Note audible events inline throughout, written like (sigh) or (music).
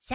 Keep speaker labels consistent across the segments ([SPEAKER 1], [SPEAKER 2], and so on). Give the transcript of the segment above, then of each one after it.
[SPEAKER 1] シ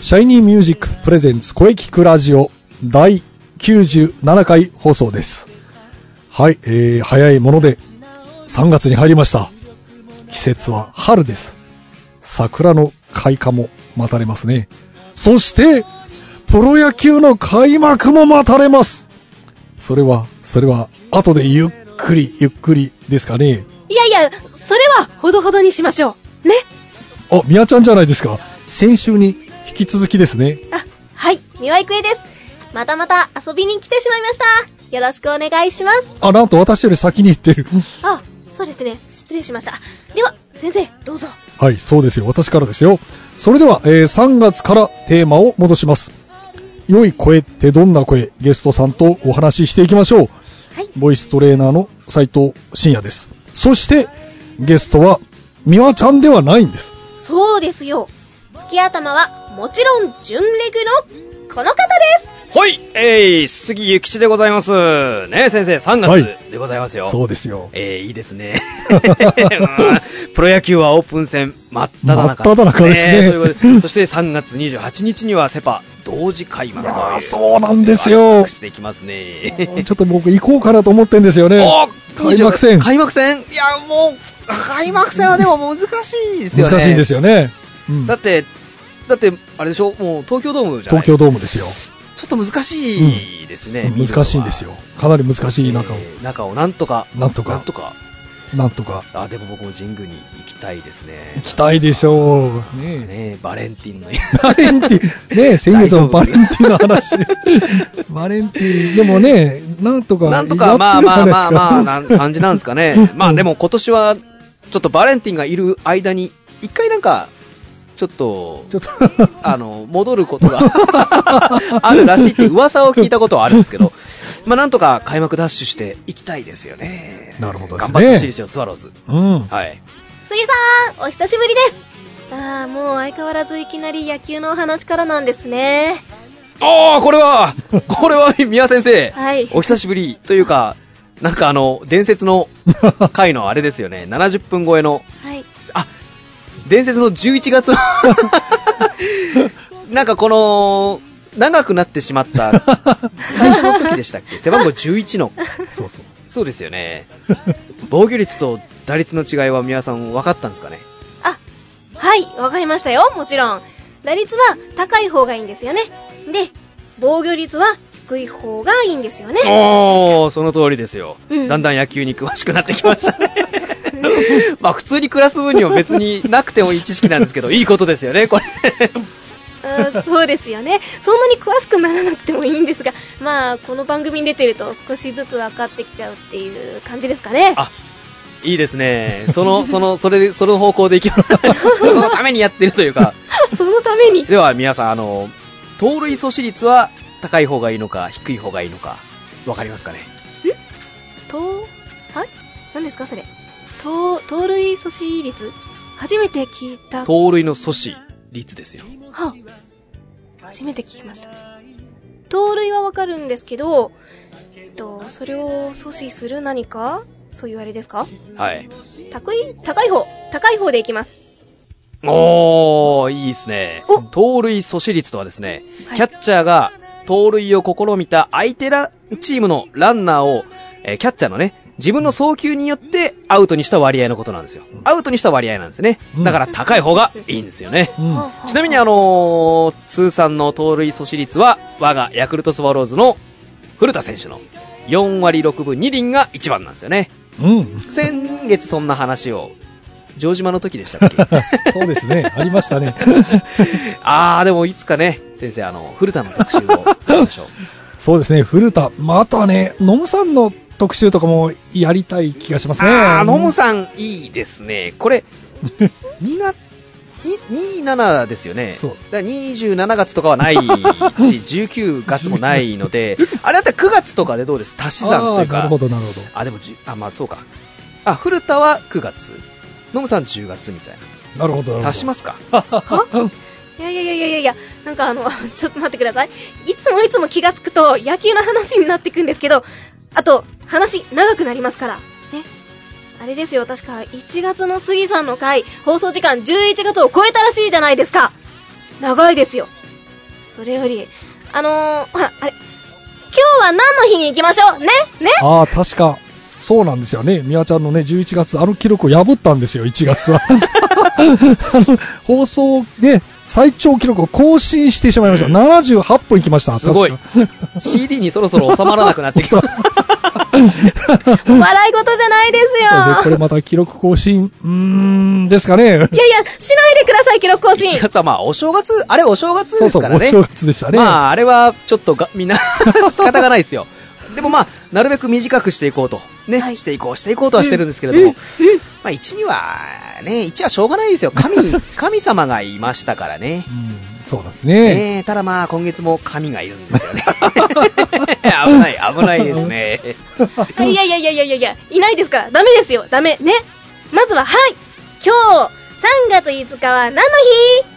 [SPEAKER 2] シャイニーミュージックプレゼンツ声聞くラジオ第97回放送です。はい、えー、早いもので3月に入りました。季節は春です。桜の開花も待たれますね。そして、プロ野球の開幕も待たれます。それは、それは、後でゆっくり、ゆっくりですかね。
[SPEAKER 3] いやいや、それはほどほどにしましょう。ね。
[SPEAKER 2] あ、みやちゃんじゃないですか。先週に引き続きですね。
[SPEAKER 3] あ、はい、三輪郁恵です。またまた遊びに来てしまいました。よろしくお願いします。
[SPEAKER 2] あ、なんと私より先に行ってる。
[SPEAKER 3] あ、そうですね。失礼しました。では、先生、どうぞ。
[SPEAKER 2] はい、そうですよ。私からですよ。それでは、えー3月からテーマを戻します。良い声ってどんな声ゲストさんとお話ししていきましょう。
[SPEAKER 3] はい
[SPEAKER 2] ボイストレーナーの斉藤慎也です。そして、ゲストは、美和ちゃんではないんです。
[SPEAKER 3] そうですよ。月頭は、もちろん、準レグの、この方です。
[SPEAKER 4] ほいえい、杉ゆきちでございます。ねえ、先生、3
[SPEAKER 2] はい
[SPEAKER 4] 月でございますよ。
[SPEAKER 2] そうですよ。
[SPEAKER 4] えー、いいですね。 (laughs) うんプロ野球はオープン戦真っ只中。
[SPEAKER 2] 真っ只中ですね
[SPEAKER 4] えそういうことでそして3月28日にはセパ同時開幕という。
[SPEAKER 2] あーそうなんですよ
[SPEAKER 4] していきます
[SPEAKER 2] ちょ
[SPEAKER 4] ね。
[SPEAKER 2] っと僕行こうかなと思ってんですよね。
[SPEAKER 4] お
[SPEAKER 2] 開幕戦
[SPEAKER 4] 開幕戦いや、もう、開幕戦はでも難しいですよね。。
[SPEAKER 2] 難しいんですすよね。うん
[SPEAKER 4] だって、だって、あれでしょもう東京ドームじゃない
[SPEAKER 2] 東京ドームですよ。
[SPEAKER 4] ちょっと難しいですね。見るのは
[SPEAKER 2] 難しいんですよ。。かなり難しい中を
[SPEAKER 4] え、ー中をなんとか。
[SPEAKER 2] なんとか
[SPEAKER 4] なんとか。
[SPEAKER 2] なんとか
[SPEAKER 4] あ、でも僕も神宮に行きたいですね。
[SPEAKER 2] 行きたいでしょう。ねえ
[SPEAKER 4] ねえバレンティンの。
[SPEAKER 2] バレンティン、ねえ先月のバレンティンの
[SPEAKER 4] (laughs)
[SPEAKER 2] 話。バレンティン、でもね、なんとかや
[SPEAKER 4] な
[SPEAKER 2] っ
[SPEAKER 4] ん
[SPEAKER 2] て
[SPEAKER 4] と
[SPEAKER 2] るじゃ
[SPEAKER 4] か、ま
[SPEAKER 2] な
[SPEAKER 4] あ
[SPEAKER 2] いです
[SPEAKER 4] まあ
[SPEAKER 2] か。。
[SPEAKER 4] まあまあ、なん感じなんですかね
[SPEAKER 2] (laughs)
[SPEAKER 4] まあでも今年は、ちょっとバレンティンがいる間に、一回なんか、ちょっと、、
[SPEAKER 2] ちょっと
[SPEAKER 4] あの、戻ることが (laughs) あるらしいって噂を聞いたことはあるんですけど、まあなんとか開幕ダッシュしていきたいですよね。
[SPEAKER 2] なるほどです
[SPEAKER 4] 頑
[SPEAKER 2] ね
[SPEAKER 4] 張ってほしいですよ、スワローズ。
[SPEAKER 2] うん。
[SPEAKER 4] はい。
[SPEAKER 3] 杉さん、お久しぶりです。あー、もう相変わらずいきなり野球のお話からなんですね。
[SPEAKER 4] ああ、これは、 (laughs) これは、宮先生。
[SPEAKER 3] はい
[SPEAKER 4] お久しぶりというか、なんかあの、伝説の回のあれですよね。70分超えの、
[SPEAKER 3] はい。
[SPEAKER 4] あ、伝説の11月の (laughs) なんかこの、長くなってしまった、最初の時でしたっけ背番号11の。
[SPEAKER 2] そうそう。
[SPEAKER 4] そうですよね。防御率と打率の違いは宮さん分かったんですかね
[SPEAKER 3] あ、はい、わかりましたよ、もちろん。打率は高い方がいいんですよね。で、防御率は低い方がいいんですよね。
[SPEAKER 4] おー、その通りですよ、
[SPEAKER 3] うん
[SPEAKER 4] だんだん野球に詳しくなってきましたね。 (laughs) まあ普通に暮らす分には別になくてもいい知識なんですけど、いいことですよね、これ。
[SPEAKER 3] うんそうですよね。そんなに詳しくならなくてもいいんですが、まあ、この番組に出てると少しずつ分かってきちゃうっていう感じですかね。
[SPEAKER 4] あいいですね。その、その、それ、その方向でいきます。そのためにやってるというか。
[SPEAKER 3] (laughs) そのために。
[SPEAKER 4] では皆さん、あの、盗塁阻止率は高い方がいいのか、低い方がいいのか、わかりますかね
[SPEAKER 3] と、はい何ですかそれ。と、盗塁阻止率初めて聞いた。は
[SPEAKER 4] 盗塁の阻止率ですよ。
[SPEAKER 3] あ初めて聞きました。盗塁はわかるんですけど、えっと、それを阻止する何かそういうあれですか
[SPEAKER 4] はい。
[SPEAKER 3] 高い、高い方。高い方でいきます。
[SPEAKER 4] おー、いいですね
[SPEAKER 3] お。
[SPEAKER 4] 盗塁阻止率とはですね、
[SPEAKER 3] はい
[SPEAKER 4] キャッチャーが盗塁を試みた相手らチームのランナーを、えーキャッチャーのね、自分の送球によってアウトにした割合のことなんですよ。アウトにした割合なんですね。
[SPEAKER 2] うん
[SPEAKER 4] だから高い方がいいんですよね。
[SPEAKER 2] うん。
[SPEAKER 3] はあ
[SPEAKER 2] は
[SPEAKER 3] はあ
[SPEAKER 4] ちなみにあのー通算の盗塁阻止率は、我がヤクルトスワローズの古田選手の4割6分2厘が一番なんですよね。 (laughs)
[SPEAKER 2] うん。
[SPEAKER 4] 先月そんな話を、城島の時でしたっけ
[SPEAKER 2] そうですね。ありました (laughs) ね。
[SPEAKER 4] あー、でもいつかね、先
[SPEAKER 2] (laughs)
[SPEAKER 4] 生、あの、古田の特集をやりましょう。
[SPEAKER 2] そうですね。古田、またね、ノムさんの特集とかもやりたい気がしますね。
[SPEAKER 4] あー、ノムさん、いいですね。これ、2月、に27ですよね。
[SPEAKER 2] そう
[SPEAKER 4] だから27月とかはないし、19月も
[SPEAKER 2] (laughs)
[SPEAKER 4] ないので、あれだったら9月とかでどうです足し算という
[SPEAKER 2] あーな
[SPEAKER 4] か
[SPEAKER 2] るほ。ど、なるほど。
[SPEAKER 4] あ、でもじゅ、あ、まあそうか。あ、古田は9月。ノムさん10月みたい
[SPEAKER 2] なるほど。。
[SPEAKER 4] な。足します
[SPEAKER 2] (laughs)
[SPEAKER 4] すか
[SPEAKER 3] いやいやいやいやいやいや、なんかあの、 (laughs) ちょっと待ってください。いつもいつも気がつくと野球の話になってくんですけど、あと、話長くなりますから。ね。あれですよ、確か1月の杉さんの回、放送時間11月を超えたらしいじゃないですか。長いですよ。それより、あのー、ほら、あれ、今日は何の日に行きましょうねね
[SPEAKER 2] (laughs) ああ、確か、そうなんですよね。みわちゃんのね、11月、あの記録を破ったんですよ、1月は。 (laughs) あの放送で最長記録を更新してしまいました。78分いきました。
[SPEAKER 4] すごい
[SPEAKER 2] 確か
[SPEAKER 4] CD にそろそろ収まらなくなって
[SPEAKER 2] (laughs)
[SPEAKER 4] きそう。 (laughs)
[SPEAKER 3] 笑い事じゃないですよ。
[SPEAKER 2] そうですねこれまた記録更新、うーん、ですかね。
[SPEAKER 3] いやいや、しないでください、記録更新。
[SPEAKER 4] 1月はまあ、お正月、あれお正月ですからね。
[SPEAKER 2] そうそうお正月でしたね
[SPEAKER 4] まあ、あれはちょっとが、
[SPEAKER 2] (laughs)
[SPEAKER 4] みんな、仕方がないですよ。でもまあ、なるべく短くしていこうと。ね、
[SPEAKER 3] はい
[SPEAKER 4] していこう、していこうとはしてるんですけれども。まあ、1には、ね、1はしょうがないですよ。
[SPEAKER 2] (laughs)
[SPEAKER 4] 神、神様がいましたからね
[SPEAKER 2] う。ん、そうですね。
[SPEAKER 4] ねえただまあ、今月も神がいるんですよ
[SPEAKER 2] (laughs)
[SPEAKER 4] ね。危ない、危ないですね。
[SPEAKER 3] あ (laughs) いやいやいやいやいやいや、いないですから、ダメですよ、ダメ、ね。まずは、はい今日、3月5日は何の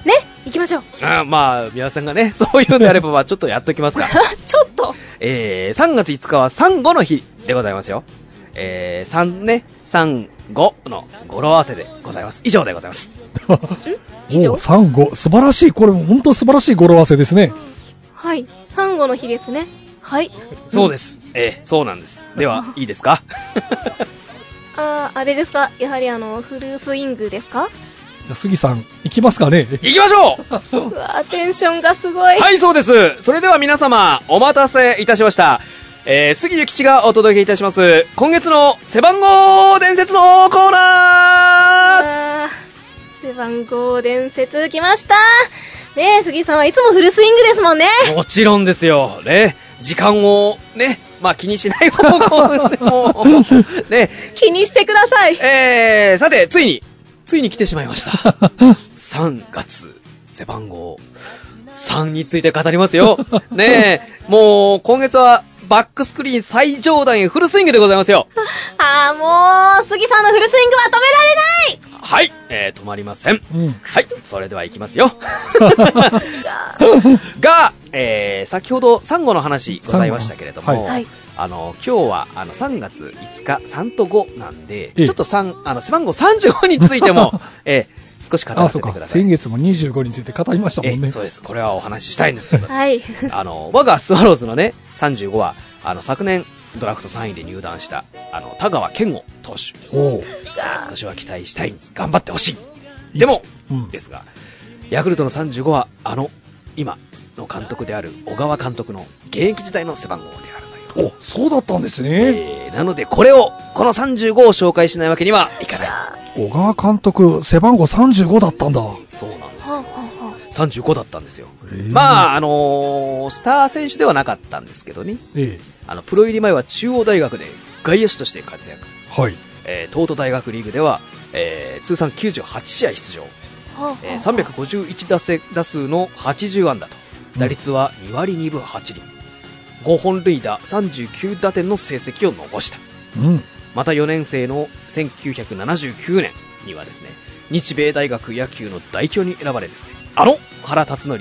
[SPEAKER 3] 日ね、行きましょう。 (laughs)
[SPEAKER 4] あまあ、皆さんがね、そういうのであれば、まあ、ちょっとやっときますか。
[SPEAKER 3] あ、ちょっと。
[SPEAKER 4] えー、3月5日は産後の日でございますよ。えー、3ね、産後の語呂合わせでございます。以上でございます。
[SPEAKER 2] (laughs)
[SPEAKER 3] 以上
[SPEAKER 2] もう3、5、素晴らしい、これも本当素晴らしい語呂合わせですね。
[SPEAKER 3] はい、サンゴの日ですね。はい。
[SPEAKER 4] そうです。えー、そうなんです。で (laughs) は、いいですか
[SPEAKER 3] あー、あれですかやはりあの、フルスイングですか
[SPEAKER 2] じゃあ、杉さん、いきますかね。
[SPEAKER 4] 行きましょう
[SPEAKER 3] うわー、テンションがすごい。
[SPEAKER 4] はい、そうです。それでは皆様、お待たせいたしました。えー、杉ゆ吉がお届けいたします。今月の背番号伝説のコーナー
[SPEAKER 3] あー、背番号伝説来ました。ねえ、杉さんはいつもフルスイングですもんね。
[SPEAKER 4] もちろんですよ。ね。時間を、ね。まあ気にしない方向で (laughs) も、ね。
[SPEAKER 3] 気にしてください。
[SPEAKER 4] えー、さて、ついに、ついに来てしまいました。3月、背番号3について語りますよ。ねえ、もう、今月は、バックスクリーン最上段へフルスイングでございますよ。
[SPEAKER 3] あー、もう、杉さんのフルスイングは止められない
[SPEAKER 4] はい、えー、止まりません。
[SPEAKER 2] うん。
[SPEAKER 4] はい、それでは行きま
[SPEAKER 2] (laughs)
[SPEAKER 4] すよ。が、えー、先ほどサンゴの話ございましたけれど
[SPEAKER 2] サン
[SPEAKER 4] も、
[SPEAKER 2] ゴ
[SPEAKER 3] はい、
[SPEAKER 4] あの、今日はあの3月5日3と5なんで、
[SPEAKER 2] ええ
[SPEAKER 4] ちょっと3、あの、背番号35について
[SPEAKER 2] (laughs)
[SPEAKER 4] も、えー、少し語
[SPEAKER 2] あ、
[SPEAKER 4] ら
[SPEAKER 2] そ
[SPEAKER 4] せ
[SPEAKER 2] う
[SPEAKER 4] てく
[SPEAKER 2] か。
[SPEAKER 4] ださい。
[SPEAKER 2] 先月も25日について語りましたもん
[SPEAKER 4] え
[SPEAKER 2] ね。
[SPEAKER 4] そうです。これはお話ししたいんですけど
[SPEAKER 2] (laughs)
[SPEAKER 4] あ
[SPEAKER 3] はい。
[SPEAKER 4] の、我がスワローズのね、35は、あの、昨年、ドラフト3位で入団した、あの、田川健吾投手。
[SPEAKER 2] おう
[SPEAKER 4] 今年は期待したいんです。頑張ってほしい。でも、
[SPEAKER 2] うん
[SPEAKER 4] ですが、ヤクルトの35は、あの、今の監督である小川監督の現役時代の背番号であるという。
[SPEAKER 2] お、そうだったんですね。
[SPEAKER 4] えーなので、これを、この35を紹介しないわけにはいかない。
[SPEAKER 2] 小川監督、背番号35だったんだ。
[SPEAKER 4] そうなんです
[SPEAKER 3] ほう
[SPEAKER 4] よ。
[SPEAKER 3] ほうほう
[SPEAKER 4] 35だったんですよ。
[SPEAKER 2] ー
[SPEAKER 4] まあ、あのースター選手ではなかったんですけどね。
[SPEAKER 2] ええ。
[SPEAKER 4] あの、プロ入り前は中央大学で外野手として活躍。
[SPEAKER 2] はい。
[SPEAKER 4] えー東都大学リーグでは、えー通算98試合出場。
[SPEAKER 3] ほうほう
[SPEAKER 4] えー351打数打数の80安打と
[SPEAKER 2] うん
[SPEAKER 4] 打率は2割2分8厘5本塁打39打点の成績を残した
[SPEAKER 2] うん。
[SPEAKER 4] また4年生の1979年にはですね日米大学野球の代表に選ばれですねあの原辰徳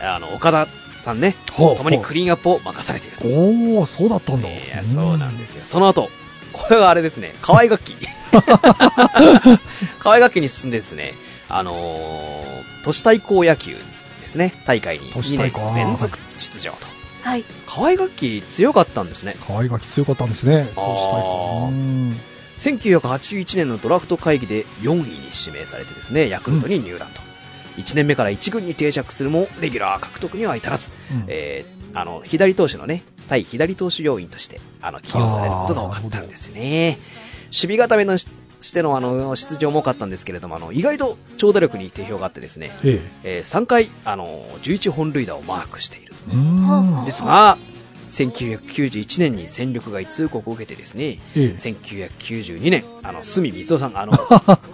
[SPEAKER 4] あの岡田さんね
[SPEAKER 2] ほう
[SPEAKER 4] 共にクリーンアップを任されていると
[SPEAKER 2] おー、そうだったんだ。
[SPEAKER 4] いや、そうなんですよ。その後、これはあれですね、河合楽 (laughs) 器。河合楽器に進んでですね、あのー、都市対抗野球ですね、大会に
[SPEAKER 2] 都
[SPEAKER 4] 2
[SPEAKER 2] 市対
[SPEAKER 4] 年
[SPEAKER 2] 抗
[SPEAKER 4] 連続出場と。
[SPEAKER 3] はい。
[SPEAKER 4] 河合楽器強かったんですね。
[SPEAKER 2] うん。河合が強かったんですね。
[SPEAKER 4] あー
[SPEAKER 2] うーん。
[SPEAKER 4] 1981年のドラフト会議で4位に指名されてですね、ヤクルトに入団と。1年目から1軍に定着するも、レギュラー獲得には至らず、
[SPEAKER 2] うん
[SPEAKER 4] えーあの、左投手のね、対左投手要員として、あの、起用されることが多かったんですね。守備固めのししての、あの、出場も多かったんですけれども、あの、意外と長打力に定評があってですね、
[SPEAKER 2] ええ。
[SPEAKER 4] え3回、あの、11本塁打をマークしている。
[SPEAKER 2] うーん。
[SPEAKER 4] ですが、 1991年に戦力外通告を受けてですね、
[SPEAKER 2] ええ
[SPEAKER 4] 1992年、あの、隅光夫さん、あの、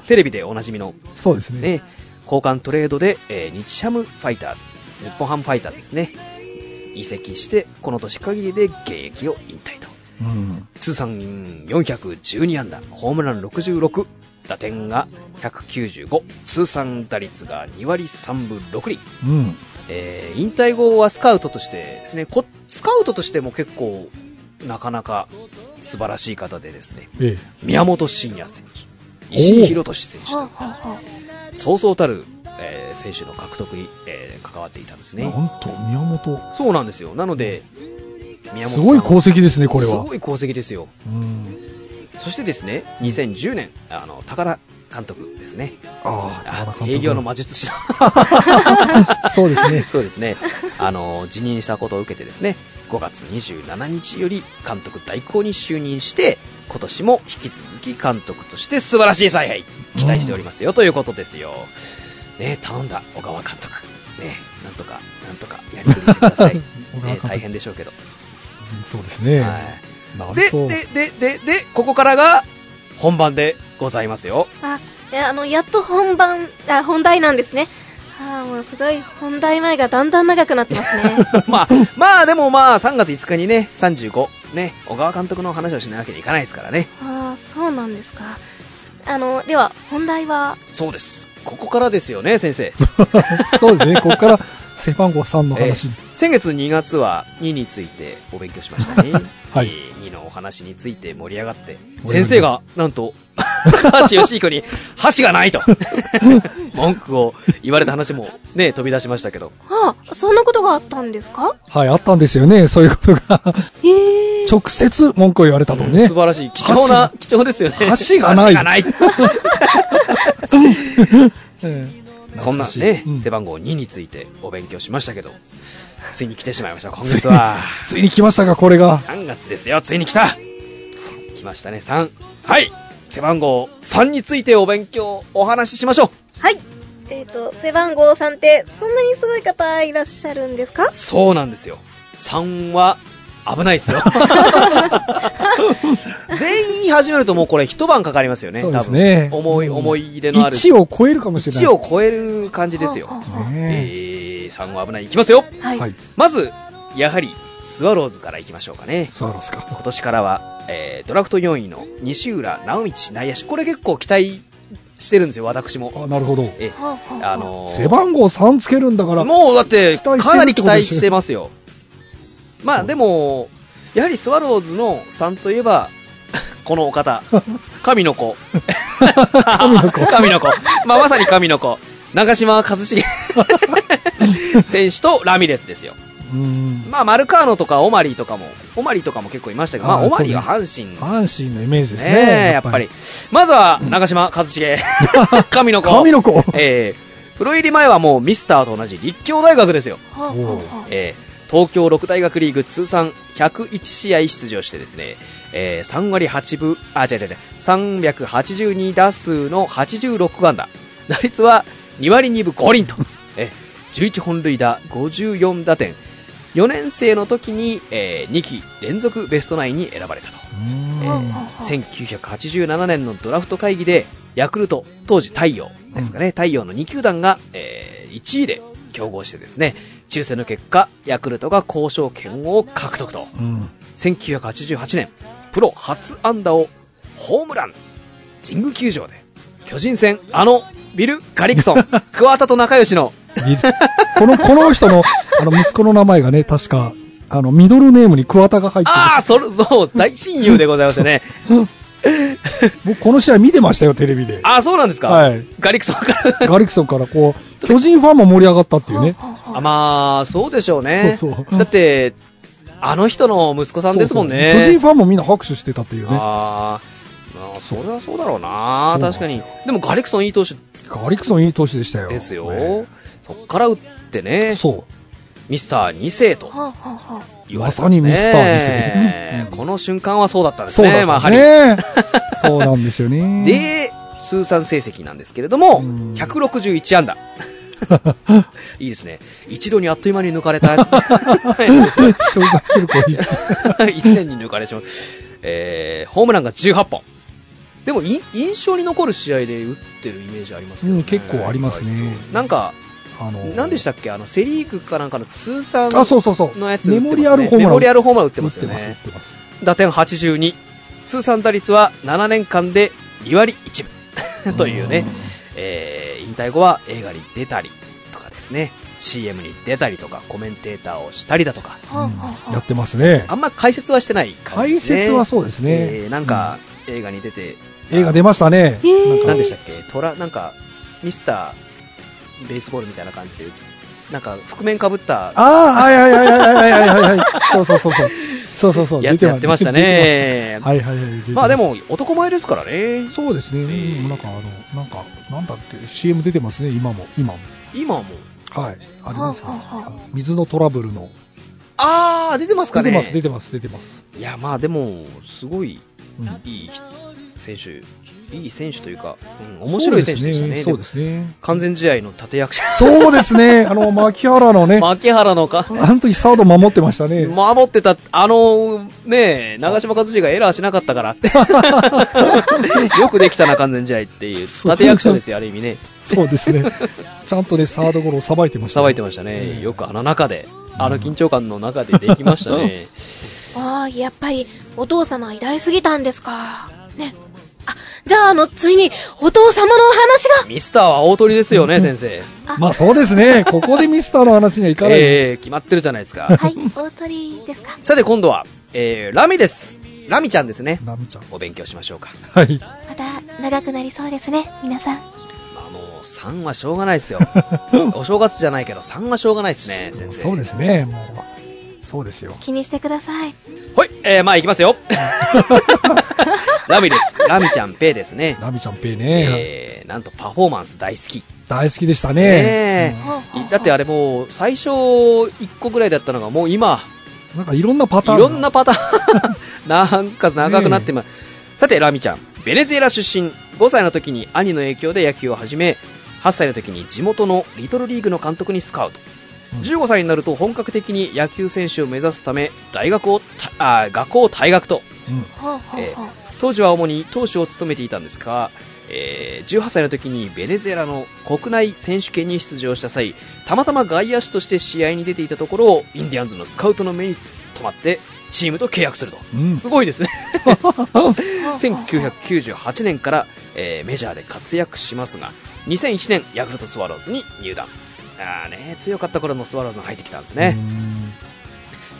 [SPEAKER 4] テレビでおなじみの、
[SPEAKER 2] そうですね。
[SPEAKER 4] ね、交換トレードで、えー日ハムファイターズ、日本ハムファイターズですね、移籍して、この年限りで現役を引退と。
[SPEAKER 2] うん。
[SPEAKER 4] 通算412安打、ホームラン66、打点が195、通算打率が2割3分6厘。
[SPEAKER 2] うん。
[SPEAKER 4] えー引退後はスカウトとしてですね、こスカウトとしても結構、なかなか素晴らしい方でですね、
[SPEAKER 2] ええ。
[SPEAKER 4] 宮本慎也選手、石井宏俊選手
[SPEAKER 3] はあ
[SPEAKER 4] と
[SPEAKER 3] は、あは
[SPEAKER 4] そうそうたる、えー選手の獲得に、えー関わっていたんです
[SPEAKER 2] な
[SPEAKER 4] ね。
[SPEAKER 2] んと、宮本。
[SPEAKER 4] そうなんですよ。なので、宮
[SPEAKER 2] すごい功
[SPEAKER 4] 功績
[SPEAKER 2] 績ですね、これは
[SPEAKER 4] す。ごい功績ですよ。
[SPEAKER 2] うん。
[SPEAKER 4] そしてですね、2010年、あの、高田監督ですね。
[SPEAKER 2] ああ、なかな
[SPEAKER 4] あ
[SPEAKER 2] か
[SPEAKER 4] 営業の魔術師の。
[SPEAKER 2] そうですね。
[SPEAKER 4] (laughs) そうですね。あの、辞任したことを受けてですね、5月27日より監督代行に就任して、今年も引き続き監督として素晴らしい采配、期待しておりますよ、ということですよ。ね頼んだ、小川監督。ねなんとか、なんとか、やりくりしてください。ね
[SPEAKER 2] (laughs) 小川監督
[SPEAKER 4] 大変でしょうけど。
[SPEAKER 2] うんそうですね。
[SPEAKER 4] はい
[SPEAKER 2] な
[SPEAKER 4] で、
[SPEAKER 2] るほど。
[SPEAKER 4] で、で、で、で、ここからが本番でございます
[SPEAKER 2] (laughs)
[SPEAKER 4] よ。
[SPEAKER 3] あ、いやあの、やっと本番、あ、本題なんですね。ああ、もうすごい、本題前がだんだん長くなってますね。
[SPEAKER 4] まあ、まあでもまあ、3月5日にね、35、ね、小川監督の話をしないわけにいかないですからね。
[SPEAKER 3] ああ、そうなんですか。あの、では、本題は、
[SPEAKER 4] そうです。ここからですよね、先生。
[SPEAKER 2] (laughs) (laughs) そうですね。ここから背番号3の話。
[SPEAKER 4] えー先月2月は2についてお勉強しましたね。
[SPEAKER 2] (laughs) はい
[SPEAKER 4] 2のお話について盛り上がって、
[SPEAKER 2] り上がり
[SPEAKER 4] 先生が、なんと、 (laughs) 高橋義彦に、箸が
[SPEAKER 2] (laughs)
[SPEAKER 4] ないと、文句を言われた話もね、飛び出しましたけど。
[SPEAKER 3] ああ、そんなことがあったんですか
[SPEAKER 2] はい、あったんですよね。そういうこと
[SPEAKER 4] (laughs)
[SPEAKER 2] が。
[SPEAKER 3] ええ
[SPEAKER 2] 直接文句を言われたとね。
[SPEAKER 4] 素晴らしい。貴重な、貴重ですよね。
[SPEAKER 2] 箸がない
[SPEAKER 4] 箸がない。
[SPEAKER 2] (laughs) うん
[SPEAKER 4] そんな
[SPEAKER 2] 懐か
[SPEAKER 4] ね
[SPEAKER 2] しい、うん
[SPEAKER 4] 背番号2についてお勉強しました
[SPEAKER 2] (laughs)
[SPEAKER 4] けど、ついに来てしまいました、今月は。
[SPEAKER 2] ついに来ましたか、これが。
[SPEAKER 4] 3月ですよ、ついに来た来ましたね、3。はい背番号3についてお勉強、お話ししましょう
[SPEAKER 3] はい。えっ、と、背番号3って、そんなにすごい方いらっしゃるんですか
[SPEAKER 4] そうなんですよ。3は危ないで
[SPEAKER 3] (laughs)
[SPEAKER 4] すよ。全員始めるともうこれ一晩かかりますよね、
[SPEAKER 2] そうですね
[SPEAKER 4] 多分思い、
[SPEAKER 2] うん
[SPEAKER 4] 思い入れのある。
[SPEAKER 2] 1を超えるかもしれない。
[SPEAKER 4] 1を超える感じですよ。
[SPEAKER 3] はあはあは
[SPEAKER 2] ね
[SPEAKER 4] えー、3は危ない。いきますよ
[SPEAKER 3] あは。
[SPEAKER 2] え。はいい。
[SPEAKER 4] まず、やはり、スワローズからいきましょうかね。
[SPEAKER 2] そうですか。
[SPEAKER 4] 今年からは、えードラフト4位の西浦直道内野手、これ結構期待してるんですよ、私も。
[SPEAKER 2] あ、なるほど。
[SPEAKER 4] え
[SPEAKER 3] はあはあ
[SPEAKER 4] あのー
[SPEAKER 2] 背番号3つけるんだから。
[SPEAKER 4] もうだって、
[SPEAKER 2] 期待してるってことでしょ
[SPEAKER 4] かなり期待してますよ。まあでも、やはりスワローズの3といえば、 (laughs) このお方、神の子。神の子。 (laughs) 神の子。まあまさに神の子。長嶋
[SPEAKER 2] (laughs)
[SPEAKER 4] 一茂選手とラミレスですよ。
[SPEAKER 2] うん。
[SPEAKER 4] まあ、マルカーノとかオマリーとかも、オマリーとかも結構いましたけど、ま
[SPEAKER 2] あ
[SPEAKER 4] あ、
[SPEAKER 2] ー
[SPEAKER 4] オマリーは阪神。
[SPEAKER 2] 阪神のイメージですね。
[SPEAKER 4] ねえやっぱり。。まずは、長嶋
[SPEAKER 2] (laughs)
[SPEAKER 4] 一茂。神の子。
[SPEAKER 2] 神の子
[SPEAKER 4] ええプロ入り前はもうミスターと同じ立教大学ですよ。
[SPEAKER 3] はあはあはあ
[SPEAKER 4] ええ東京六大学リーグ通算101試合出場してですね、ええ3割8分、あ、違う違う違う、382打数の86安打。打率は2割2分5厘と。ええ11本塁打、54打点。4年生の時に、え2期連続ベストナインに選ばれたと。
[SPEAKER 2] うん
[SPEAKER 4] えー1987年のドラフト会議でヤクルト当時太陽ですかね、太陽の2球団が、えー1位で競合してですね抽選の結果ヤクルトが交渉権を獲得と
[SPEAKER 2] うん。
[SPEAKER 4] 1988年プロ初安打をホームラン神宮球場で巨人戦あのビル・ガリ
[SPEAKER 2] (laughs)
[SPEAKER 4] クソン桑田と仲良しの
[SPEAKER 2] いるこの、この人の、あの、息子の名前がね、確か、あの、ミドルネームに桑田が入ってる。
[SPEAKER 4] ああそれもう大親友でございまし
[SPEAKER 2] (laughs)
[SPEAKER 4] たね
[SPEAKER 2] 僕、この試合見てましたよ、テレビで。
[SPEAKER 4] ああそうなんですか、
[SPEAKER 2] はい
[SPEAKER 4] ガリクソンから
[SPEAKER 2] ガリクソンから、こう、巨人ファンも盛り上がったっていうね。
[SPEAKER 4] あまあ、そうでしょうね。
[SPEAKER 2] そうそう
[SPEAKER 4] だって、あの人の息子さんですもんね。
[SPEAKER 2] そうそう巨人ファンもみんな拍手してたっていうね。
[SPEAKER 4] あーまあ、それはそうだろうな、
[SPEAKER 2] そう
[SPEAKER 4] 確かに。でも、ガリクソンいい投手
[SPEAKER 2] ガリクソンいい投手でしたよ。
[SPEAKER 4] ですよ。
[SPEAKER 2] ね
[SPEAKER 4] そっから打ってね、
[SPEAKER 2] そ
[SPEAKER 4] ミスター2世と
[SPEAKER 3] はあはあはあ
[SPEAKER 4] 言われたんで
[SPEAKER 2] まさに
[SPEAKER 4] すね。
[SPEAKER 2] ミスター二世うん
[SPEAKER 4] この瞬間はそうだったん
[SPEAKER 2] う。
[SPEAKER 4] です
[SPEAKER 2] そう
[SPEAKER 4] ね、
[SPEAKER 2] だったん
[SPEAKER 4] まあやは
[SPEAKER 2] ですね。 (laughs) そう
[SPEAKER 4] (laughs)
[SPEAKER 2] なんですよ
[SPEAKER 4] り
[SPEAKER 2] ね。
[SPEAKER 4] で、通算成績なんですけれども、
[SPEAKER 2] うん
[SPEAKER 4] 161安打。 (laughs) いいですね。一度にあっという間に抜かれたやつ。
[SPEAKER 2] 小学
[SPEAKER 4] (laughs)
[SPEAKER 2] 生の子に。
[SPEAKER 4] 1年に抜かれてしまう。えー、ホームランが18本。でも、い印象に残る試合で打ってるイメージありますけど、ね
[SPEAKER 2] うん結構ありますね
[SPEAKER 4] なんか、
[SPEAKER 2] あの
[SPEAKER 4] 何でしたっけあの、セリーグかなんかの通算
[SPEAKER 2] あ、そうそうそう。
[SPEAKER 4] のやつ打ってます
[SPEAKER 2] メモ
[SPEAKER 4] ね
[SPEAKER 2] リアルホームラン。
[SPEAKER 4] メモリアルホームラン打ってますよね
[SPEAKER 2] 打ってます、
[SPEAKER 4] 打点82。通算打率は7年間で2割1分。というね
[SPEAKER 2] うん。
[SPEAKER 4] えー、引退後は映画に出たりとかですね。CM に出たりとか、コメンテーターをしたりだとか。
[SPEAKER 3] はあはあ
[SPEAKER 2] うん
[SPEAKER 3] は
[SPEAKER 2] や
[SPEAKER 3] あ
[SPEAKER 2] ってますね
[SPEAKER 4] あ。んま解説はしてない感じ
[SPEAKER 2] 解
[SPEAKER 4] ですね。
[SPEAKER 2] 説はそうですね。
[SPEAKER 4] えーなんか、映画に出て、
[SPEAKER 2] 映画出ましたね。
[SPEAKER 3] えー
[SPEAKER 4] 何でしたたっけトラ、なんか、ミスター、ベースボールみたいな感じで、なんか、覆面かぶった
[SPEAKER 2] ああ、はいはいはいはいはいはいはい。そうそうそうそう。そうそうそう。
[SPEAKER 4] やつやってましたね
[SPEAKER 2] 出てましたはいはいはい。出てした
[SPEAKER 4] まあで、も、男前ですからね。
[SPEAKER 2] そうですね。
[SPEAKER 4] えー
[SPEAKER 2] うんなんかあの、なんか、なんだって CM 出てますね、今も。今も。
[SPEAKER 4] 今も。
[SPEAKER 2] はい。あれです
[SPEAKER 3] はあはあ
[SPEAKER 2] か。水のトラブルの。
[SPEAKER 4] あー、出てますか
[SPEAKER 2] 出
[SPEAKER 4] ね
[SPEAKER 2] てます、出てます、出てます。
[SPEAKER 4] いや、まあでも、すごい、
[SPEAKER 2] うん
[SPEAKER 4] いい選手。いい選手というか、うん、面白い選手でしたね。
[SPEAKER 2] そうですね。
[SPEAKER 4] 完全試合の立役者。
[SPEAKER 2] そうですね。あの、牧原の (laughs) ね、
[SPEAKER 4] (laughs) 牧原のか、
[SPEAKER 2] あの時サード守ってましたね。
[SPEAKER 4] 守ってた、あの、ねえ、長嶋一茂がエラーしなかっ
[SPEAKER 2] (laughs)
[SPEAKER 4] たからって。よくできたな、完全試合っていう。
[SPEAKER 2] そう
[SPEAKER 4] 縦役者ですよ、ある意味ね。
[SPEAKER 2] そうです (laughs) ね。ちゃんとね、サードゴロをさばいてましたね。
[SPEAKER 4] さばいてましたね。よくあの中で、あの緊張感の中でできました
[SPEAKER 2] (laughs)
[SPEAKER 4] ね。
[SPEAKER 3] ああ、やっぱり、お父様偉大すぎたんですか。ね。あ、じゃあ、あの、ついに、お父様のお話が、
[SPEAKER 4] ミスターは大鳥ですよね、先生。
[SPEAKER 2] まあそうですね。ここでミスターの話にはいかないです。
[SPEAKER 4] ええ、決まってるじゃないですか。
[SPEAKER 3] はい、大鳥ですか。
[SPEAKER 4] さて、今度は、えー、ラミです。ラミちゃんですね。
[SPEAKER 2] ナミちゃん。
[SPEAKER 4] お勉強しましょうか。
[SPEAKER 2] はい。
[SPEAKER 3] また、長くなりそうですね、皆さん。
[SPEAKER 4] あの、3はしょうがな
[SPEAKER 2] (laughs)
[SPEAKER 4] いですよ。お正月じゃないけど、3はしょうがないですね、先生。
[SPEAKER 2] そうですね。もう、そうですよ。
[SPEAKER 3] 気にしてください。
[SPEAKER 4] はい、えー、まあ、いきますよ。ラミです。ラミちゃん、ペイですね。
[SPEAKER 2] ナミちゃんペイね。
[SPEAKER 4] えー、なんとパフォーマンス大好き。
[SPEAKER 2] 大好きでした
[SPEAKER 4] ね
[SPEAKER 2] ね。
[SPEAKER 3] ほうほうほう
[SPEAKER 4] だってあれもう、最初1個ぐらいだったのが、もう今、
[SPEAKER 2] うんなんかいろんなパ
[SPEAKER 4] い
[SPEAKER 2] ターン。
[SPEAKER 4] ろんなパターン、 (laughs) なんか長くなってます。さて、ラミちゃん、ベネズエラ出身。5歳の時に兄の影響で野球を始め、8歳の時に地元のリトルリーグの監督にスカウト。
[SPEAKER 2] うん
[SPEAKER 4] 15歳になると本格的に野球選手を目指すため、大学をた、あー学校を退学と。
[SPEAKER 2] うん
[SPEAKER 3] ほうほう
[SPEAKER 4] え
[SPEAKER 3] ほう
[SPEAKER 4] ー。当時は主に投手を務めていたんですが、えー18歳の時にベネズエラの国内選手権に出場した際たまたま外野手として試合に出ていたところをインディアンズのスカウトの目に留まってチームと契約すると、
[SPEAKER 2] うん
[SPEAKER 4] すごいで
[SPEAKER 2] (laughs)
[SPEAKER 4] すね1998年から、えーメジャーで活躍しますが2001年ヤクルトスワローズに入団あーね強かった頃のスワローズに入ってきたんですね、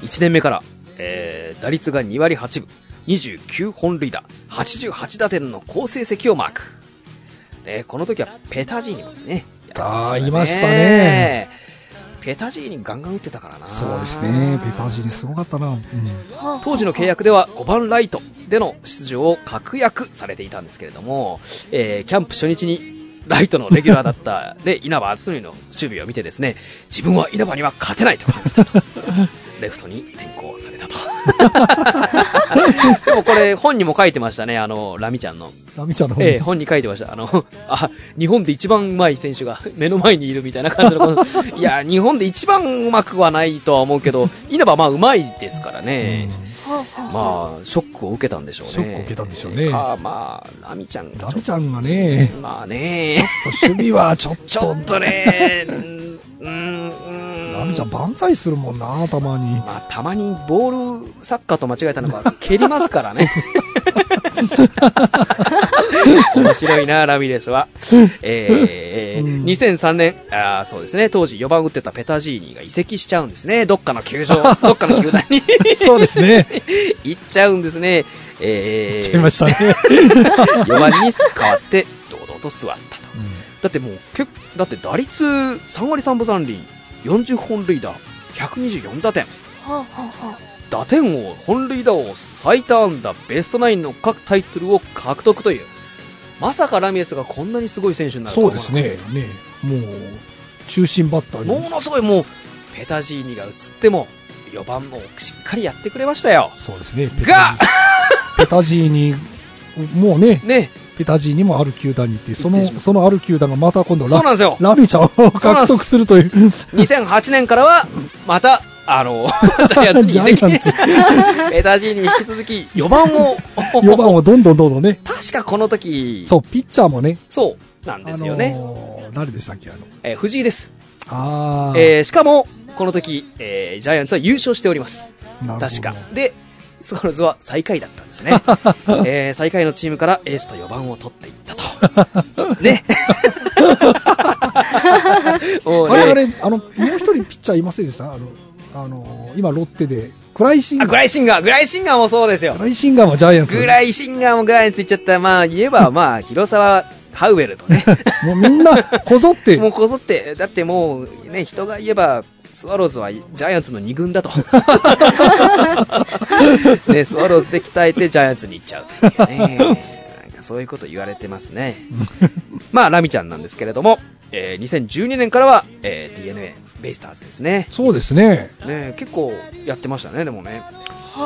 [SPEAKER 4] 1年目から、えー打率が2割8分、29本塁打、88打点の好成績をマーク。えーこの時はペタジーニもね、
[SPEAKER 2] あー
[SPEAKER 4] やって
[SPEAKER 2] いましたね。
[SPEAKER 4] ペタジーニガンガン打ってたから
[SPEAKER 2] う
[SPEAKER 4] な。
[SPEAKER 2] んそうですね。ペタジーニすごかったな。うん
[SPEAKER 3] ほう
[SPEAKER 4] 当時の契約では5番ライトでの出場を確約されていたんですけれども、えーキャンプ初日にライトのレギュラーだったで稲葉篤紀の守備を見てですね自分は稲葉には勝てないと感じたとレフトに転向されたと (laughs) でもこれ本にも書いてましたねあのラミちゃんの、
[SPEAKER 2] ナミちゃんの方
[SPEAKER 4] えー本に書いてましたあのあ日本で一番うまい選手が目の前にいるみたいな感じのこといや日本で一番うまくはないとは思うけど稲葉はまあうまいですからね、
[SPEAKER 2] うん
[SPEAKER 3] ほうほうほう
[SPEAKER 4] まあ、ショックを受けたんでしょうね。
[SPEAKER 2] ショックを受けたんでしょうね
[SPEAKER 4] かまあ、ラミちゃんが
[SPEAKER 2] ラミ
[SPEAKER 4] ち
[SPEAKER 2] ちゃんがね
[SPEAKER 4] ょっと、まあね、
[SPEAKER 2] 守備は (laughs) ちょっと。
[SPEAKER 4] ちょっとね、うーん、うーん
[SPEAKER 2] ラミちゃん万歳するもんな、たま
[SPEAKER 4] (laughs)
[SPEAKER 2] に。
[SPEAKER 4] まあ、たまにボールサッカーと間違えたのか、蹴りますか
[SPEAKER 2] (laughs)
[SPEAKER 4] らね。面白いな、ラミレスは。えー
[SPEAKER 2] うん
[SPEAKER 4] 2003年、あーそうですね、当時4番打ってたペタジーニが移籍しちゃうんですね。どっかの球場、どっかの球団に
[SPEAKER 2] (laughs) そうですね。
[SPEAKER 4] (laughs) 行っちゃうんですね。え
[SPEAKER 2] 言
[SPEAKER 4] ー、
[SPEAKER 2] っちゃいま
[SPEAKER 4] (laughs)
[SPEAKER 2] したね。
[SPEAKER 4] 4番に変わって堂々と座ったと。だってもう結構だって打率3割3分3厘、40本塁打、124打点。
[SPEAKER 3] ほうほうほう
[SPEAKER 4] 打点王、本塁打王、最多安打、ベストナインの各タイトルを獲得という。まさかラミレスがこんなにすごい選手になると
[SPEAKER 2] そう
[SPEAKER 4] は
[SPEAKER 2] ですね。ねもう、中心バッター
[SPEAKER 4] も
[SPEAKER 2] に。
[SPEAKER 4] のすごいもう、ペタジーニが映っても、4番もしっかりやってくれましたよ。
[SPEAKER 2] そうですね。ペタ
[SPEAKER 4] が、
[SPEAKER 2] ペタジーニ、もうね、
[SPEAKER 4] ね、
[SPEAKER 2] ペタジーニもある球団に行って、そ
[SPEAKER 4] 行
[SPEAKER 2] の、
[SPEAKER 4] ってしまう
[SPEAKER 2] そのある球団がまた今度ラ、
[SPEAKER 4] そうなんですよ
[SPEAKER 2] ラミちゃんを獲得するという。 (laughs)
[SPEAKER 4] 2008年からは、また、あの、ジャイアンツに移籍
[SPEAKER 2] ジャイアンツ
[SPEAKER 4] (laughs) ペタジーに引き続き4番
[SPEAKER 2] (laughs)
[SPEAKER 4] を、
[SPEAKER 2] 4番をどんどんどんどん
[SPEAKER 4] (laughs)
[SPEAKER 2] ね。
[SPEAKER 4] 確かこの時、
[SPEAKER 2] そう、ピッチャーもね。
[SPEAKER 4] そうなんですよね。
[SPEAKER 2] あのー誰でしたっけ、あの。
[SPEAKER 4] えー藤井です。
[SPEAKER 2] あー
[SPEAKER 4] えーしかも、この時、えージャイアンツは優勝しております。
[SPEAKER 2] なるほ
[SPEAKER 4] 確
[SPEAKER 2] ど
[SPEAKER 4] か。で、スワローズは最下位だったんで
[SPEAKER 2] (laughs)
[SPEAKER 4] すね。えー最下位のチームからエースと4番を取っていった
[SPEAKER 2] (laughs)
[SPEAKER 4] と。ね。 (laughs) もう
[SPEAKER 2] あれ、
[SPEAKER 4] ね
[SPEAKER 2] あれ、あの、もう一人ピッチャーいませんでしたあの、あのー今ロッテで、クライシンガ
[SPEAKER 4] あ
[SPEAKER 2] ー。
[SPEAKER 4] グライシンガー、グライシンガーもそうですよ
[SPEAKER 2] ク。ライシンガーもジャイアンツ。
[SPEAKER 4] グライシンガーもグライについちゃった。まあ、言えば、まあ、広沢、ハウエルとね。
[SPEAKER 2] (laughs) もうみんな、こぞって、
[SPEAKER 4] もうこぞって、だってもう、ね、人が言えば、スワローズはジャイアンツの2軍だと。
[SPEAKER 2] (laughs)
[SPEAKER 4] ね、スワローズで鍛えてジャイアンツに行っちゃうというね。なんかそういうこと言われてますね。まあ、ラミちゃんなんですけれども、えー2012年からは、えー DNA、ベイスターズですね。
[SPEAKER 2] (laughs) そうですね。
[SPEAKER 4] ね結構やってましたね、でもね。
[SPEAKER 3] はあ、は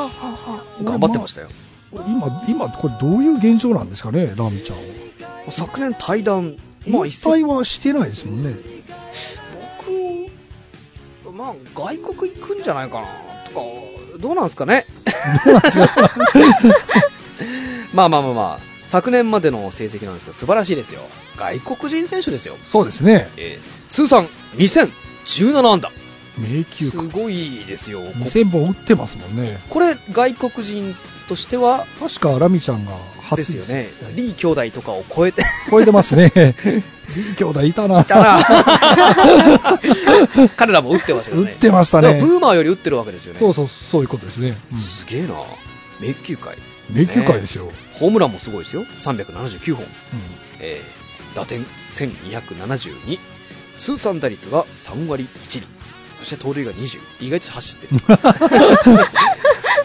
[SPEAKER 3] あは
[SPEAKER 4] 頑張ってましたよ。
[SPEAKER 2] 今、今、これどういう現状なんですかね、ラミちゃんは。
[SPEAKER 4] 昨年対談、ま
[SPEAKER 2] ま
[SPEAKER 4] あ
[SPEAKER 2] あ、
[SPEAKER 4] 一
[SPEAKER 2] 一
[SPEAKER 4] 切
[SPEAKER 2] 切はしてないですもんね。
[SPEAKER 4] 僕、まあ、外国行くんじゃないかな、とか、どうなんすかね。
[SPEAKER 2] どうなんですか
[SPEAKER 4] (laughs) まあまあまあまあ、昨年までの成績なんですけど、素晴らしいですよ。外国人選手ですよ。
[SPEAKER 2] そうですね。
[SPEAKER 4] えー通算2017安打。
[SPEAKER 2] 迷宮
[SPEAKER 4] す
[SPEAKER 2] か。
[SPEAKER 4] ごいですよ。こ
[SPEAKER 2] 2000本打ってますもんね。
[SPEAKER 4] これ、外国人としては、
[SPEAKER 2] 確か、ラミちゃんが初
[SPEAKER 4] ですよね。
[SPEAKER 2] リ
[SPEAKER 4] リー兄弟とかを超えて (laughs)
[SPEAKER 2] 超えてますね。リ兄弟いたな。
[SPEAKER 4] いた
[SPEAKER 2] (laughs)
[SPEAKER 4] な。彼らも打ってましたよ
[SPEAKER 2] 打
[SPEAKER 4] ね。
[SPEAKER 2] ってました
[SPEAKER 4] だから
[SPEAKER 2] ね。
[SPEAKER 4] ブーマーより打ってるわけですよね。
[SPEAKER 2] そうそう、そういうことですね。うん
[SPEAKER 4] すげえな。迷宮界、
[SPEAKER 2] 迷宮界ですすよ。うん
[SPEAKER 4] ね。ホームランもすごいですよ。379本。えー打点1272通算打率が3割1厘そして盗塁が20意外と走って
[SPEAKER 2] (laughs)
[SPEAKER 4] る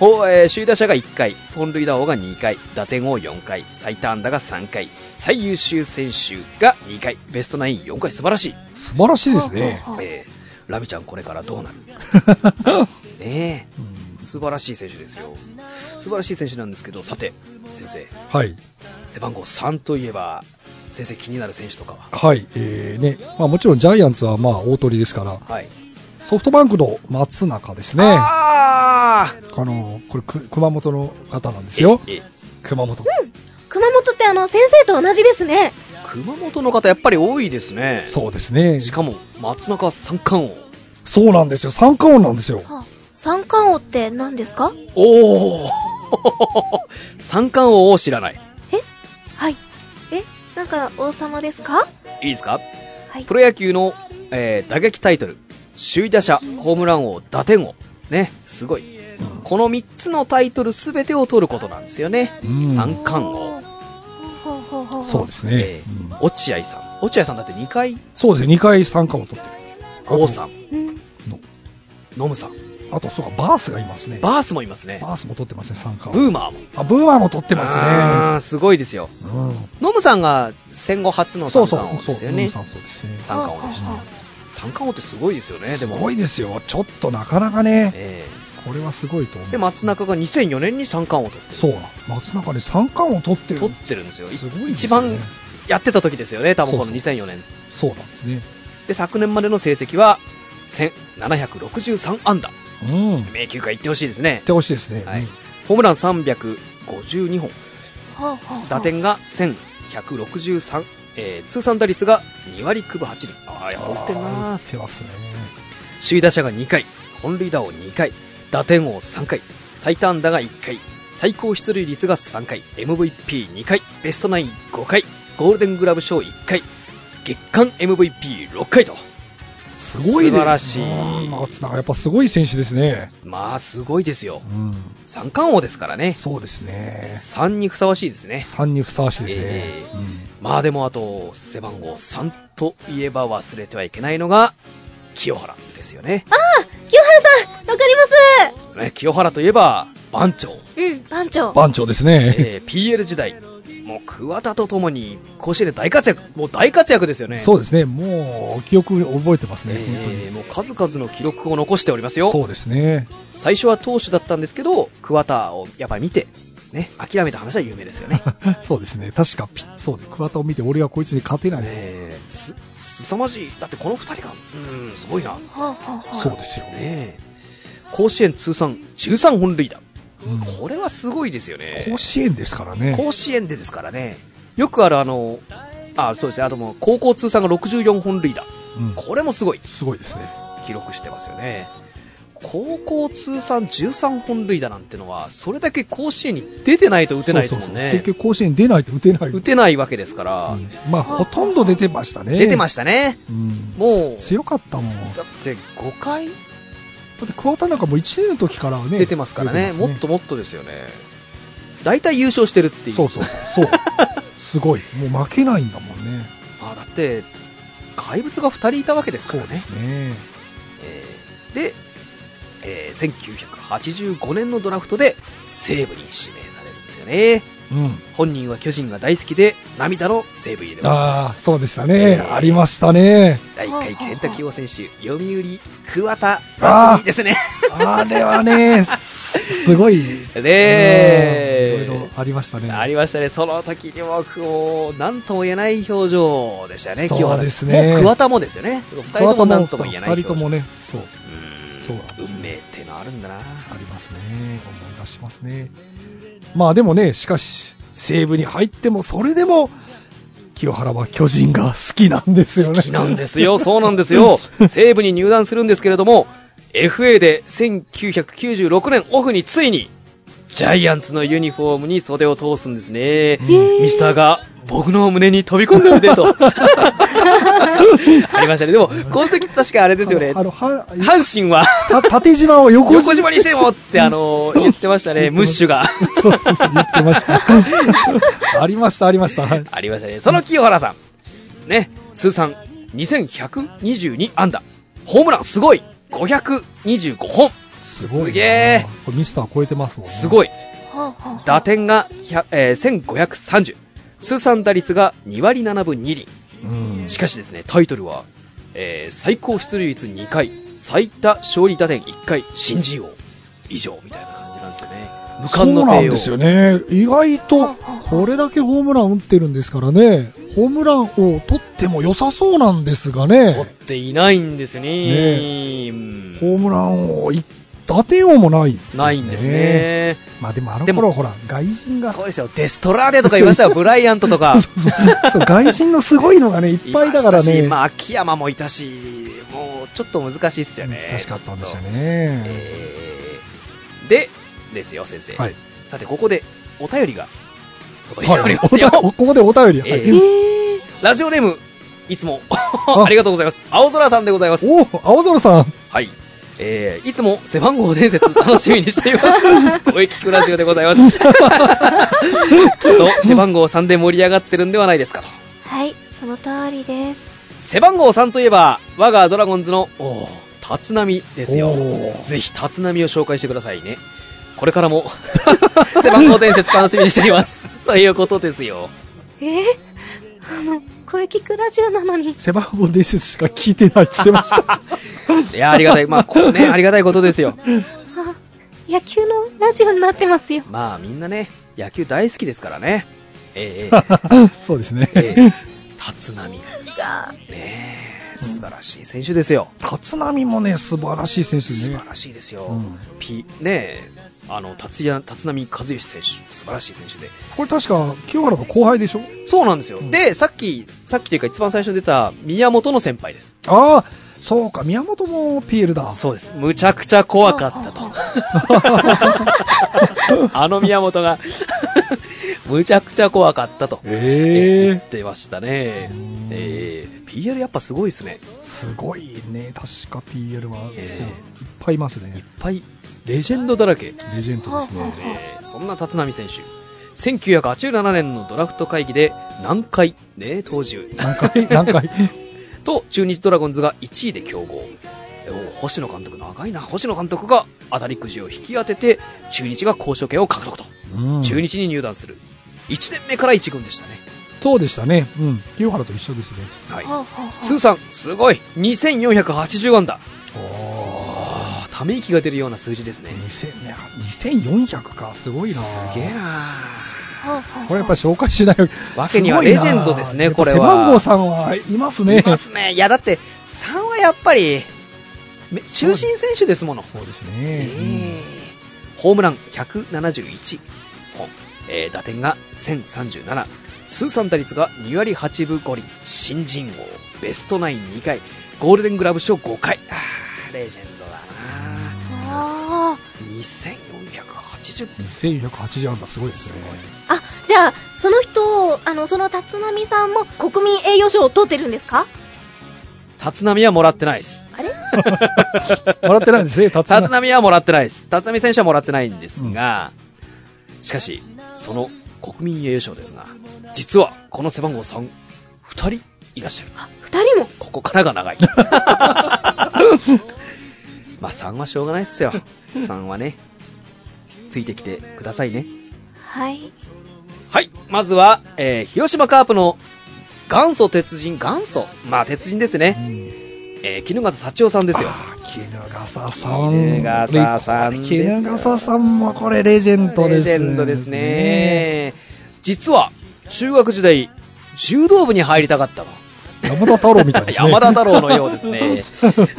[SPEAKER 4] ほえー首位打者が1回本塁打王が2回打点王4回最多安打が3回最優秀選手が2回ベストナイン4回素晴らしい、
[SPEAKER 2] 素晴らしいですね。
[SPEAKER 3] はあ
[SPEAKER 4] えーラミちゃんこれからどうな
[SPEAKER 2] (laughs)
[SPEAKER 4] るねえ
[SPEAKER 2] うん
[SPEAKER 4] 素晴らしい選手ですよ素晴らしい選手なんですけどさて先生
[SPEAKER 2] はい。
[SPEAKER 4] 背番号3といえば先生気になる選手とかは
[SPEAKER 2] はい。えーね。まあもちろんジャイアンツはまあ大鳥ですから、
[SPEAKER 4] はい
[SPEAKER 2] ソフトバンクの松中ですね。あ
[SPEAKER 4] あ
[SPEAKER 2] の、これく熊本の方なんで
[SPEAKER 4] ー
[SPEAKER 2] すよ。
[SPEAKER 4] ええ
[SPEAKER 2] 熊本。
[SPEAKER 3] 熊本ってあの、先生と同じですね。
[SPEAKER 4] 熊本の方やっぱり多いですね。
[SPEAKER 2] そうですね。
[SPEAKER 4] しかも、松中三冠王。
[SPEAKER 2] そうなんですよ。三冠王なんですよ。
[SPEAKER 3] はあ、三冠王って何ですか
[SPEAKER 4] おお (laughs) 三冠王を知らない。
[SPEAKER 3] はい。え、なんか王様ですか
[SPEAKER 4] いいですか
[SPEAKER 3] はい。
[SPEAKER 4] プロ野球の、えー打撃タイトル、首位打者、ホームラン王、打点王。ね、すごい。この3つのタイトル全てを取ることなんですよね。
[SPEAKER 2] うん
[SPEAKER 4] 三冠王。
[SPEAKER 3] ほうほうほうほう
[SPEAKER 2] そうですね
[SPEAKER 4] え。
[SPEAKER 2] うん
[SPEAKER 4] ー落合さん。落合さんだって2回、
[SPEAKER 2] そうですね。2回三冠王取って
[SPEAKER 4] 王さん、
[SPEAKER 3] うん。
[SPEAKER 4] ノムさん。
[SPEAKER 2] る。あと、そうか、バースがいますね。
[SPEAKER 4] バースもいますね。
[SPEAKER 2] バースも取ってますね、三冠王。
[SPEAKER 4] ブーマーも。
[SPEAKER 2] あ、ブーマーも取ってます
[SPEAKER 4] あ
[SPEAKER 2] ね。
[SPEAKER 4] ーすごいですよ。
[SPEAKER 2] う
[SPEAKER 4] ノムさんが戦後初の
[SPEAKER 2] ん。そう
[SPEAKER 4] 三
[SPEAKER 2] そう、
[SPEAKER 4] 冠王で
[SPEAKER 2] そう、
[SPEAKER 4] す
[SPEAKER 2] ブ
[SPEAKER 4] よ
[SPEAKER 2] ー
[SPEAKER 4] ね。
[SPEAKER 2] さんそうですね。
[SPEAKER 4] 三冠王でした
[SPEAKER 3] はあはあ。
[SPEAKER 4] 三冠王ってすごいですよね、ですも。
[SPEAKER 2] ごいですよ。ちょっとなかなかね、
[SPEAKER 4] え
[SPEAKER 2] これはすごいと思
[SPEAKER 4] え
[SPEAKER 2] う。
[SPEAKER 4] で、松中が2004年に三冠王を取ってる。
[SPEAKER 2] そうな。松中で三冠王取ってる。
[SPEAKER 4] 取ってるんですよ。い
[SPEAKER 2] すごいですよね
[SPEAKER 4] 一番やってた時ですよね、多分この
[SPEAKER 2] そう
[SPEAKER 4] 2004年。
[SPEAKER 2] そうなんですね。
[SPEAKER 4] で、昨年までの成績は、1763安打。
[SPEAKER 2] うん。言っ
[SPEAKER 4] 名球会行ってほしいですね。
[SPEAKER 2] てほしいですね。
[SPEAKER 4] は
[SPEAKER 2] う
[SPEAKER 4] い
[SPEAKER 2] ん。
[SPEAKER 4] ホームラン352本。
[SPEAKER 3] ほうほうほう
[SPEAKER 4] 打点が1163。えー通算打率が2割9分8厘。ああ、やっぱ打ってんな
[SPEAKER 2] 打ってますね。
[SPEAKER 4] 首位打者が2回、本塁打を2回、打点王3回、最多安打が1回、最高出塁率が3回、MVP2 回、ベストナイン5回、ゴールデングラブ賞1回、月間 MVP6 回と。
[SPEAKER 2] すごいね
[SPEAKER 4] 素晴らしい
[SPEAKER 2] うん松中、やっぱすごい選手ですね。
[SPEAKER 4] まあ、すごいですよ
[SPEAKER 2] う。ん。
[SPEAKER 4] 三冠王ですからね。
[SPEAKER 2] そうですね。
[SPEAKER 4] 3にふさわしいですね。
[SPEAKER 2] 3にふさわしいですね。
[SPEAKER 4] ええ
[SPEAKER 2] うん
[SPEAKER 4] まあでもあと、背番号3といえば忘れてはいけないのが、清原ですよね。
[SPEAKER 3] 清原さんわかりま
[SPEAKER 4] ね清原といえば、番長。
[SPEAKER 3] すうん、番長。
[SPEAKER 2] 番長ですね。
[SPEAKER 4] えー PL 時代、もう桑田とともに甲子園で大活躍、もう大活躍ですよね。
[SPEAKER 2] (laughs) そううですね。もう、記憶覚えてますね。本当
[SPEAKER 4] えー
[SPEAKER 2] に。
[SPEAKER 4] もう数々の記録を残しておりますよ。
[SPEAKER 2] そうですね。 (laughs)
[SPEAKER 4] 最初は投手だったんですけど、桑田をやっぱり見て、ね、諦めた話は有名ですよね。
[SPEAKER 2] そうですね。確かピッ、そうで、桑田を見て俺はこいつに勝てない。
[SPEAKER 4] ねえ、す、凄まじい。だってこの二人が、うん、すごいな。ね
[SPEAKER 3] はあ、はあ、
[SPEAKER 2] そうですよね。
[SPEAKER 4] え。甲子園通算13本塁打。
[SPEAKER 2] うん
[SPEAKER 4] これはすごいですよね。
[SPEAKER 2] 甲子園ですからね。
[SPEAKER 4] 甲子園でですからね。よくあるあの、あ、そうですね。あともう、高校通算が64本塁打。
[SPEAKER 2] うん
[SPEAKER 4] これもすごい。
[SPEAKER 2] すごいですね。
[SPEAKER 4] 記録してますよね。高校通算13本塁打なんてのは、それだけ甲子園に出てないと打てないですもん
[SPEAKER 2] そ
[SPEAKER 4] ね。
[SPEAKER 2] うそうそう結局甲子園出ないと打てない。
[SPEAKER 4] 打てないわけですから、
[SPEAKER 2] うんまあ、ほとんど出てましたね。
[SPEAKER 4] 出てま
[SPEAKER 2] し
[SPEAKER 4] したね。
[SPEAKER 2] た。うん、
[SPEAKER 4] もう
[SPEAKER 2] 強かったもん。だ
[SPEAKER 4] だって5回
[SPEAKER 2] って桑田なんかもう1年の時からね。
[SPEAKER 4] 出てますからね、
[SPEAKER 2] 出て
[SPEAKER 4] も
[SPEAKER 2] ま
[SPEAKER 4] っ
[SPEAKER 2] す
[SPEAKER 4] ともっとですよね。大体優勝してるっていう。
[SPEAKER 2] そうそう。
[SPEAKER 4] (laughs)
[SPEAKER 2] そう。すごい。もう負けないんだもんね。
[SPEAKER 4] まあだって、怪物が2人いたわけですからね。
[SPEAKER 2] ね
[SPEAKER 4] えーで、えー1985年のドラフトで西武に指名されるんですよね。
[SPEAKER 2] うん。
[SPEAKER 4] 本人は巨人が大好きで、涙の西武入れでございます。 (laughs)
[SPEAKER 2] ああ、そうでしたね。
[SPEAKER 4] えー
[SPEAKER 2] ありましたね。
[SPEAKER 4] 第1回選択希望選手、読売、桑田、
[SPEAKER 2] あー
[SPEAKER 4] ラスミですね。
[SPEAKER 2] あれはね、すすごい。
[SPEAKER 4] ね
[SPEAKER 2] うん
[SPEAKER 4] え
[SPEAKER 2] いろいろありましたね。
[SPEAKER 4] (laughs) ありましたね、その時にも、こう、なんとも言えない表情でしたね、
[SPEAKER 2] そう
[SPEAKER 4] 清原
[SPEAKER 2] ですね
[SPEAKER 4] もう桑田もですよね。二人ともなんとも言えない
[SPEAKER 2] 二
[SPEAKER 4] 表
[SPEAKER 2] 人と
[SPEAKER 4] 情。
[SPEAKER 2] もね、そう、
[SPEAKER 4] うん
[SPEAKER 2] そうなんですよ
[SPEAKER 4] 運命ってのあるんだな。
[SPEAKER 2] ありますね。思い出しますね。まあでもね、しかし、西武に入っても、それでも、清原は巨人が好きなんですよね。
[SPEAKER 4] 好き (laughs) なんですよ、そうなんですよ。西武に入団するんですけれども、FA で1996年オフについに、ジャイアンツのユニフォームに袖を通すんですね。ミスターが僕の胸に飛び込んでるでと。
[SPEAKER 2] (laughs)
[SPEAKER 4] ありましたね。でも、この時確かあれですよね。
[SPEAKER 2] あの、は、
[SPEAKER 4] 阪神は、
[SPEAKER 2] た縦島を横
[SPEAKER 4] 横
[SPEAKER 2] 島
[SPEAKER 4] 島にしてもって、あのー言ってましたね、ムッシュが。
[SPEAKER 2] そうそうそう、言ってました。ありました、ありました。はい
[SPEAKER 4] (laughs) ありましたね。その清原さん。ね、通算2122安打。ホームランすごい !525 本
[SPEAKER 2] すごいな。
[SPEAKER 4] すげえ
[SPEAKER 2] これミスター超えてますもんね。
[SPEAKER 4] すご
[SPEAKER 2] い。
[SPEAKER 4] い
[SPEAKER 3] はあ、はあ。
[SPEAKER 4] 打点が100、えー1530。通算打率が2割7分2厘。
[SPEAKER 2] うん。
[SPEAKER 4] しかしですね、タイトルは、えー最高出塁率2回、最多勝利打点1回、新人王。以上、みたいな感じなんですよね。無冠の帝王。
[SPEAKER 2] そうなんですよね。意外と、これだけホームラン打ってるんですからね、ホームランを取っても良さそうなんですが
[SPEAKER 4] 取っ
[SPEAKER 2] ね、
[SPEAKER 4] ていないんですよね。
[SPEAKER 2] ね
[SPEAKER 4] うん
[SPEAKER 2] ホームランをい打点王もない、
[SPEAKER 4] ないんです。ね。
[SPEAKER 2] まあでもあの
[SPEAKER 4] でも
[SPEAKER 2] 頃ほら、外人 (laughs) が、
[SPEAKER 4] そうですよ。デストラーデとかいましたよ。ブライアントと
[SPEAKER 2] (laughs)
[SPEAKER 4] か。
[SPEAKER 2] そうそうそう外人のすごいの
[SPEAKER 4] (laughs)
[SPEAKER 2] がね、いっぱいだから
[SPEAKER 4] まし
[SPEAKER 2] ね、
[SPEAKER 4] まあ、秋山もいたし、もうちょっと難しいっすよね。
[SPEAKER 2] 難しかったんですよ
[SPEAKER 4] ちょっと。
[SPEAKER 2] ね。
[SPEAKER 4] えーで、ですよ、先生。
[SPEAKER 2] はい。
[SPEAKER 4] さて、ここでお便りが届いてお
[SPEAKER 2] はい
[SPEAKER 4] りま
[SPEAKER 2] お
[SPEAKER 4] す
[SPEAKER 2] 便
[SPEAKER 4] よ。
[SPEAKER 2] ここでお便り。は
[SPEAKER 4] え
[SPEAKER 2] い
[SPEAKER 4] ー
[SPEAKER 3] えー、
[SPEAKER 4] (laughs) ラジオネーム、いつも、 (laughs) ありがとうございます。青空さんでございます。
[SPEAKER 2] お青空さん、
[SPEAKER 4] はい。えー、いつも背番号伝説楽しみにしてい
[SPEAKER 2] (laughs)
[SPEAKER 4] ます。声聞くラジオでございます。 (laughs) きっと背番号3で盛り上がってるんではないですかと。
[SPEAKER 3] はい、その通りです。
[SPEAKER 4] 背番号3といえば、我がドラゴンズの、おー立浪ですよ
[SPEAKER 2] お。ー
[SPEAKER 4] ぜひ立浪を紹介してくださいね。これからも、 (laughs) 背番号伝説楽しみにしています。 (laughs) ということですよ。
[SPEAKER 3] えー、あの、声聞くラジオなのに。 (laughs)
[SPEAKER 2] 背番号伝説しか聞いてないって言ってました。
[SPEAKER 4] いや、ありがたい。まあ、こう
[SPEAKER 2] (laughs)
[SPEAKER 4] ね、ありがたいことですよ。
[SPEAKER 3] あ野球のラジオになってますよ。
[SPEAKER 4] まあ、みんなね、野球大好きですからね。 (laughs) えー、えー
[SPEAKER 2] (laughs) そうですね。
[SPEAKER 4] えー、立浪。
[SPEAKER 3] が、
[SPEAKER 4] ねえ、素晴らしい選手ですよ。
[SPEAKER 2] 立浪もね、素晴らしい選手です
[SPEAKER 4] 素
[SPEAKER 2] ね
[SPEAKER 4] 晴。らしいですよ。
[SPEAKER 2] うん
[SPEAKER 4] ピねえ、あの、達也、立浪和義選手、素晴らしい選手で。
[SPEAKER 2] これ確か、清原の後輩でしょ
[SPEAKER 4] そうなんですよ。
[SPEAKER 2] うん
[SPEAKER 4] で、さっき、さっきというか一番最初に出た宮本の先輩です。
[SPEAKER 2] ああ、そうか、宮本も PL だ。
[SPEAKER 4] そうです。むちゃくちゃ怖かったと。 (laughs) あの宮本が、 (laughs) むちゃくちゃ怖かったと。
[SPEAKER 2] え
[SPEAKER 4] 言ってましたね。えー、PL やっぱすごいですね。
[SPEAKER 2] えすごいね、確か PL は、
[SPEAKER 4] ええ
[SPEAKER 2] そういっぱいいますね
[SPEAKER 4] いっ。ぱい、レジェンドだらけ。
[SPEAKER 2] レジェンドですね。
[SPEAKER 4] えーそんな立浪選手、1987年のドラフト会議で南海、ね、当時、
[SPEAKER 2] 何回、何
[SPEAKER 4] (laughs)
[SPEAKER 2] 回。
[SPEAKER 4] と中日ドラゴンズが1位で競合。えーお星野監督、長いな、星野監督が当たりくじを引き当てて、中日が交渉権を獲得と、
[SPEAKER 2] うん
[SPEAKER 4] 中日に入団する。1年目から1軍でしたね。
[SPEAKER 2] そうでしたね。うん。清原と一緒ですね。
[SPEAKER 4] はい。
[SPEAKER 3] はあはあはあ
[SPEAKER 4] 通算、すごい !2480 安打。
[SPEAKER 2] お
[SPEAKER 4] ああ、ため息が出るような数字ですね。
[SPEAKER 2] 2000ね2400か、すごいな。
[SPEAKER 4] すげえな
[SPEAKER 3] はあはあ
[SPEAKER 2] これやっぱ紹介しない
[SPEAKER 4] わけには
[SPEAKER 2] すごいな
[SPEAKER 4] レジェンドですね
[SPEAKER 2] やっぱ
[SPEAKER 4] これは
[SPEAKER 2] 背番号さんはいますね。
[SPEAKER 4] いますね。いや、だって、3はやっぱり、め中心選手ですもの。
[SPEAKER 2] そうですね。
[SPEAKER 4] ええホームラン171本、えー打点が1037、通算打率が2割8分5厘、新人王、ベストナイン2回、ゴールデングラブ賞5回。あーレジェンドだな
[SPEAKER 3] あ
[SPEAKER 4] 2480
[SPEAKER 2] うん2480安打すごいですね。
[SPEAKER 3] ーあじゃあその人あのその立浪さんも国民栄誉賞を取ってるんですか
[SPEAKER 4] 立浪はもらってないです。
[SPEAKER 2] (laughs)
[SPEAKER 3] あれ
[SPEAKER 2] 笑ってないんですね、立
[SPEAKER 4] 立浪はもらってないです。立浪選手はもらってないんですが、しかし、その国民栄誉賞ですが、実はこの背番号3、2人いらっしゃる。
[SPEAKER 3] あ二人も
[SPEAKER 4] ここからが長 (laughs) い。まあ3はしょうがないっすよ。3はね、ついてきてくださいね。
[SPEAKER 3] はい
[SPEAKER 4] はい、まずは、えー広島カープの元祖鉄人、元祖まあ鉄人ですね。えー、絹笠幸男さんですよ。
[SPEAKER 2] 絹笠さん。
[SPEAKER 4] 衣笠さんですよ
[SPEAKER 2] 衣笠さんもこれレジェンドで
[SPEAKER 4] レジ
[SPEAKER 2] す。
[SPEAKER 4] ェンドです。ね。実は、中学時代、柔道部に入りたかったと。
[SPEAKER 2] 山田太郎みたいですね。
[SPEAKER 4] (laughs) 山田太郎のようです
[SPEAKER 2] (laughs)
[SPEAKER 4] (laughs) ね。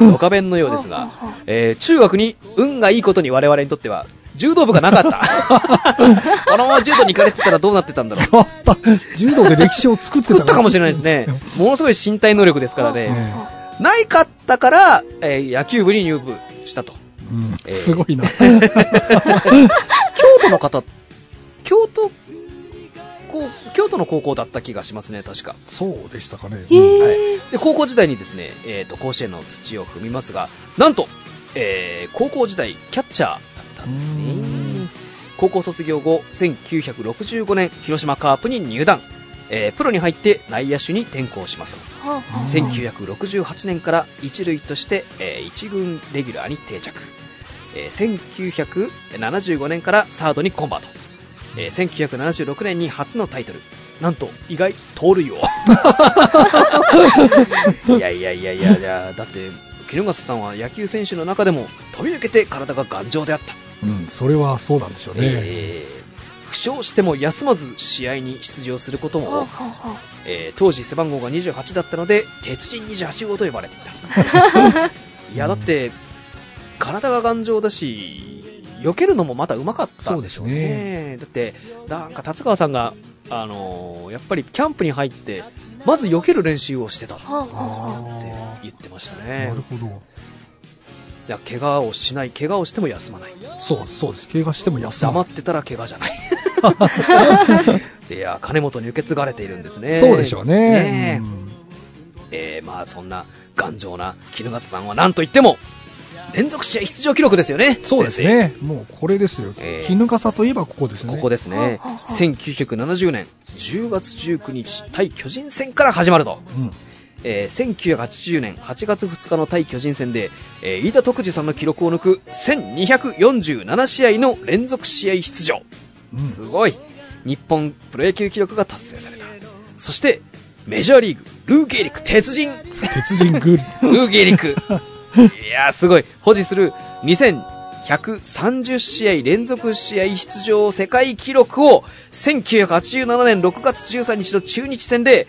[SPEAKER 4] ドカベンのようですが、えー中学に運がいいことに我々にとっては、柔道部がなか (laughs) った。このまま柔道に行かれてたらどうなってたんだろう。
[SPEAKER 2] 変わった。柔道で歴史を作ってた。
[SPEAKER 4] 作ったかもしれないですね。ものすごい身体能力ですから
[SPEAKER 2] え
[SPEAKER 4] ね。ないかったから、えー野球部に入部したと。
[SPEAKER 2] えうん
[SPEAKER 4] ええ
[SPEAKER 2] すご
[SPEAKER 4] (laughs)
[SPEAKER 2] いな。
[SPEAKER 4] 京都の方、京都、こう京都の高校だった気がしますね、確か。
[SPEAKER 2] そうでしたかね。
[SPEAKER 3] へ
[SPEAKER 2] うん
[SPEAKER 3] え
[SPEAKER 4] で高校時代にですね、えー、と甲子園の土を踏みますがなんと、えー高校時代キャッチャーだったんです
[SPEAKER 2] うー
[SPEAKER 4] ね
[SPEAKER 2] ん
[SPEAKER 4] 高校卒業後1965年広島カープに入団、えープロに入って内野手に転向します
[SPEAKER 3] はあは
[SPEAKER 4] 1968年から一塁として、えー一軍レギュラーに定着、えー1975年からサードにコンバート、えー1976年に初のタイトルなんと意外盗塁王 (laughs) いやいやいやいやいやだって衣笠さんは野球選手の中でも飛び抜けて体が頑丈であった、
[SPEAKER 2] うん、それはそうなんでしょうね。
[SPEAKER 4] えー負傷しても休まず試合に出場することも
[SPEAKER 3] あ
[SPEAKER 4] 多
[SPEAKER 3] は
[SPEAKER 4] く
[SPEAKER 3] あは
[SPEAKER 4] えー当時背番号が28だったので鉄人28号と呼ばれてい
[SPEAKER 2] (laughs)
[SPEAKER 4] たいやだって体が頑丈だし避けるのもまたうまかったんでしょうね
[SPEAKER 2] そうで
[SPEAKER 4] だってなんか達川さんが、あのーやっぱりキャンプに入ってまず避ける練習をしてたって
[SPEAKER 3] あはあはあ
[SPEAKER 2] あ
[SPEAKER 4] 言ってました
[SPEAKER 2] あ
[SPEAKER 4] ね
[SPEAKER 2] なるほど。
[SPEAKER 4] いや怪我をしない怪我をしても休まない
[SPEAKER 2] そう、そうです。怪我しても安
[SPEAKER 4] 黙ってたら怪我じ
[SPEAKER 2] (laughs)
[SPEAKER 4] ゃないいや金本に受け継がれているんですね
[SPEAKER 2] そうでしょう
[SPEAKER 4] ねえ
[SPEAKER 2] ね。うん
[SPEAKER 4] えー、まあそんな頑丈な衣笠さんはなんといっても連続試合出場記録ですよね。
[SPEAKER 2] そうですね。もうこれですよ。
[SPEAKER 4] ええ
[SPEAKER 2] 絹笠といえばここです
[SPEAKER 4] 先
[SPEAKER 2] ね。
[SPEAKER 4] 生。ここですね
[SPEAKER 3] はあは。あ
[SPEAKER 4] 1970年10月19日対巨人戦から始まると。
[SPEAKER 2] うん。
[SPEAKER 4] えー1980年8月2日の対巨人戦で、えー飯田徳次さんの記録を抜く1247試合の連続試合出場。
[SPEAKER 2] うん
[SPEAKER 4] すごい日本プロ野球記録が達成された。そして、メジャーリーグ、ルーゲーリック鉄人
[SPEAKER 2] 鉄人グリ。
[SPEAKER 4] (laughs) ルーゲリク。いやー、すごい。保持する2130試合連続試合出場世界記録を1987年6月13日の中日戦で